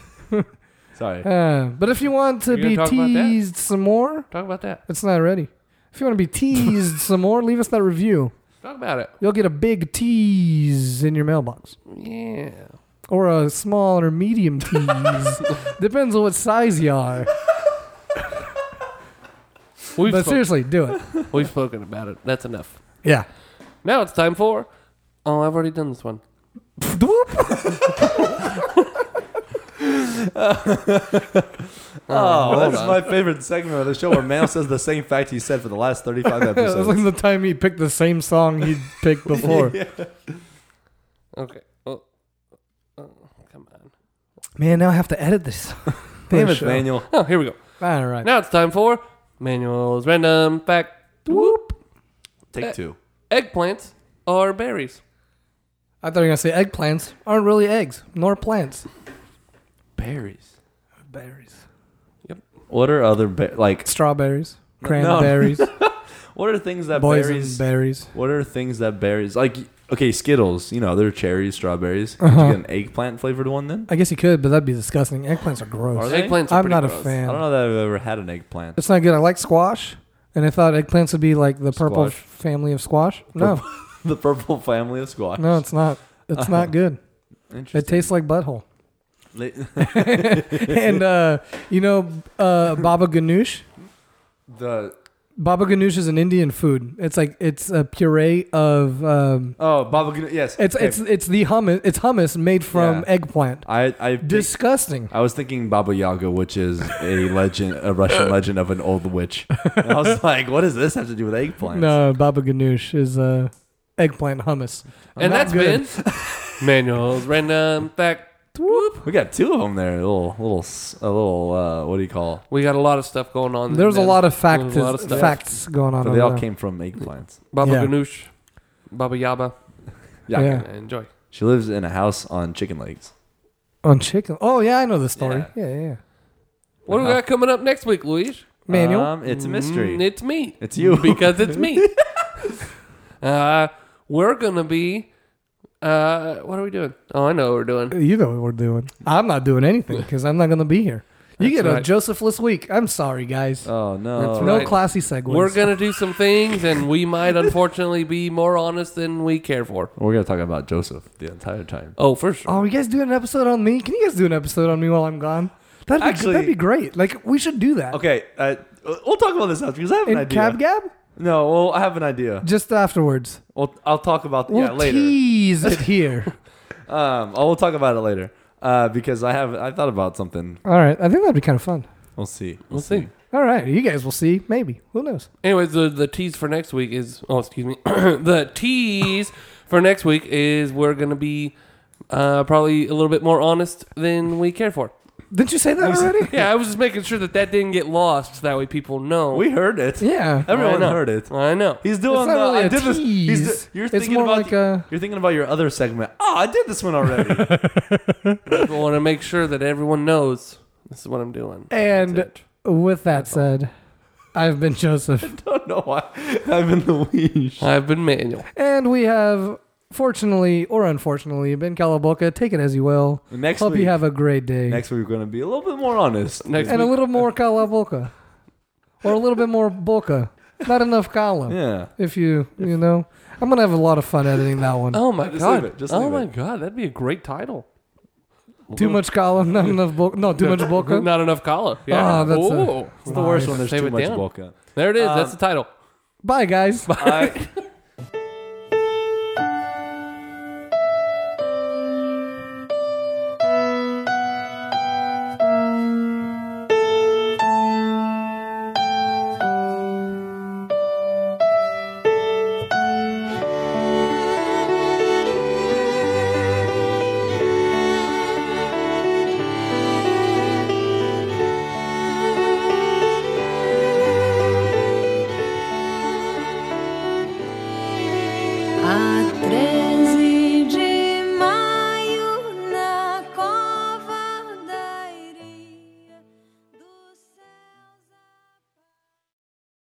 S3: Sorry.
S2: Uh, but if you want to
S4: You gonna
S2: be
S4: talk about that?
S2: teased some more,
S4: Talk about that.
S2: it's not ready. If you want to be teased some more, leave us that review.
S4: Talk about it.
S2: You'll get a big tease in your mailbox.
S4: Yeah.
S2: Or a small or medium tease. Depends on what size you are.
S4: We've,
S2: But
S4: spoken-
S2: seriously, do it.
S4: we've spoken about it. That's enough.
S2: Yeah.
S4: Now it's time for. Oh, I've already done this one.
S3: Oh, that's my favorite segment of the show where Mail says the same fact he said for the last 35
S2: It was like
S3: episodes.
S2: the time he picked the same song he'd picked before.
S4: Okay. Oh. oh, come on.
S2: Man, now I have to edit this.
S3: Damn
S2: For
S3: it,
S2: sure.
S3: Manuel.
S4: Oh, here we go.
S2: All right.
S4: Now it's time for Manuel's random fact. Whoop.
S3: Take two.
S4: Eggplants are berries.
S2: I thought you were going to say eggplants aren't really eggs, nor plants.
S3: Berries.
S2: Berries.
S3: What are other, be- like,
S2: Strawberries,
S3: No.
S2: cranberries,
S3: what are things that berries...
S2: boysenberries.
S3: What are things that berries like? Okay, Skittles. You know, they're cherries, strawberries. Could
S2: Uh-huh.
S3: you get an eggplant flavored one then?
S2: I guess you could, but that'd be disgusting. Eggplants are gross.
S3: Are they?
S4: Eggplants are
S2: I'm
S4: pretty
S2: not
S4: gross.
S2: a
S3: I
S2: fan.
S3: don't know that I've ever had an eggplant.
S2: It's not good. I like squash, and I thought eggplants would be like the purple
S3: Squash.
S2: family of squash. No,
S3: the purple family of squash.
S2: no, it's not. It's not good. It
S3: Interesting.
S2: tastes like butthole.
S3: La-
S2: and uh, you know, uh, baba ganoush.
S3: the
S2: Baba ganoush is an Indian food. It's like it's a puree of. Um,
S3: oh, baba ganoush. Yes,
S2: it's
S3: okay.
S2: it's it's the hummus. It's hummus made from
S3: Yeah.
S2: eggplant.
S3: I I
S2: Disgusting.
S3: I was thinking Baba Yaga, which is a legend, a Russian legend of an old witch. And I was like, what does this have to do with eggplants?
S2: No, baba ganoush is uh, eggplant hummus.
S4: and
S2: Not
S4: that's
S2: good.
S4: been Manuel's random fact.
S3: We got two of them there. A little, little, s- a little. Uh, what do you call?
S4: We got a lot of stuff going on.
S2: There's a
S4: then.
S2: lot of facts,
S4: There's a lot of stuff.
S2: facts going on.
S3: But
S2: over
S3: they all
S2: there.
S3: came from eggplants.
S4: Baba
S2: Yeah.
S4: Ganoush, Baba Yaba.
S3: Yeah.
S2: Yeah.
S4: Enjoy.
S3: She lives in a house on chicken legs.
S2: on chicken. Oh yeah, I know the story. Yeah, yeah. yeah.
S4: What do we got coming up next week, Luis?
S2: Manual.
S3: Um, it's a Uh-huh. mystery.
S4: Mm, it's me.
S3: It's you.
S4: because it's me. uh, we're gonna be. Uh, what are we doing? Oh, I know what we're doing.
S2: you know what we're doing. I'm not doing anything because I'm not going to be here. You
S4: That's
S2: get a
S4: right.
S2: Josephless week. I'm sorry, guys.
S3: oh no.
S4: That's
S2: no
S4: right.
S2: classy segues.
S4: We're gonna do some things, and we might unfortunately be more honest than we care for.
S3: We're gonna talk about Joseph the entire time.
S4: Oh, for sure.
S2: Oh, you guys doing an episode on me? Can you guys do an episode on me while I'm gone? That'd be,
S3: Actually-
S2: that'd be great. Like we should do that.
S3: Okay, uh, we'll talk about this after because I have an
S2: In
S3: idea.
S2: Cab Gab,
S3: no, well, I have an idea.
S2: just afterwards.
S3: Well, I'll talk about
S2: We'll
S3: yeah later.
S2: tease it here.
S3: Um, oh, we'll talk about it later uh, because I have I thought about something.
S2: All right, I think that'd be kind of fun.
S3: We'll see. We'll,
S4: We'll see.
S2: All right, you guys will see. Maybe who knows?
S4: Anyways, the the tease for next week is oh excuse me the tease for next week is we're gonna be uh, probably a little bit more honest than we care for.
S2: Didn't you say that already?
S4: Yeah, I was just making sure that that didn't get lost. That way, people know.
S3: We heard it.
S2: yeah.
S3: Everyone
S4: I know.
S3: heard it.
S4: I know.
S3: He's doing
S2: It's
S3: the
S2: not really
S3: Oh, I
S2: a
S3: did this. he's do-
S2: tease.
S3: you're
S2: It's
S3: thinking
S2: more
S3: about
S2: like
S3: the-
S2: a-
S3: you're thinking about your other segment. Oh, I did this one already.
S4: I want to make sure that everyone knows this is what I'm doing.
S2: And
S4: That's it.
S2: with that said, I've been Joseph.
S3: Don't know why I'm in the leash.
S4: I've been manual.
S2: And we have, fortunately or unfortunately, been Calaboca. Take it as you will.
S3: Next
S2: Hope
S3: week-
S2: you have a great day.
S3: Next week we're gonna be a little bit more honest.
S4: Next
S2: and a
S4: week-
S2: little more Calaboca. or a little bit more Boca. Not enough Cala.
S3: Yeah.
S2: If you, you know. I'm going to have a lot of fun editing that one.
S4: Oh my
S3: Just
S4: god!
S3: leave it. Just
S4: oh
S3: leave
S4: my
S3: it.
S4: god! That'd be a great title.
S2: too much Cala, not enough Boca. No, too much Boca.
S4: Not enough collar. Yeah.
S2: Ah, that's a-
S4: Ooh.
S3: It's the worst
S2: Nice.
S3: when there's
S4: Save
S3: too
S4: it
S3: much Um,
S4: down.
S3: bulk up.
S4: there it is. that's the title.
S2: Bye, guys.
S3: I,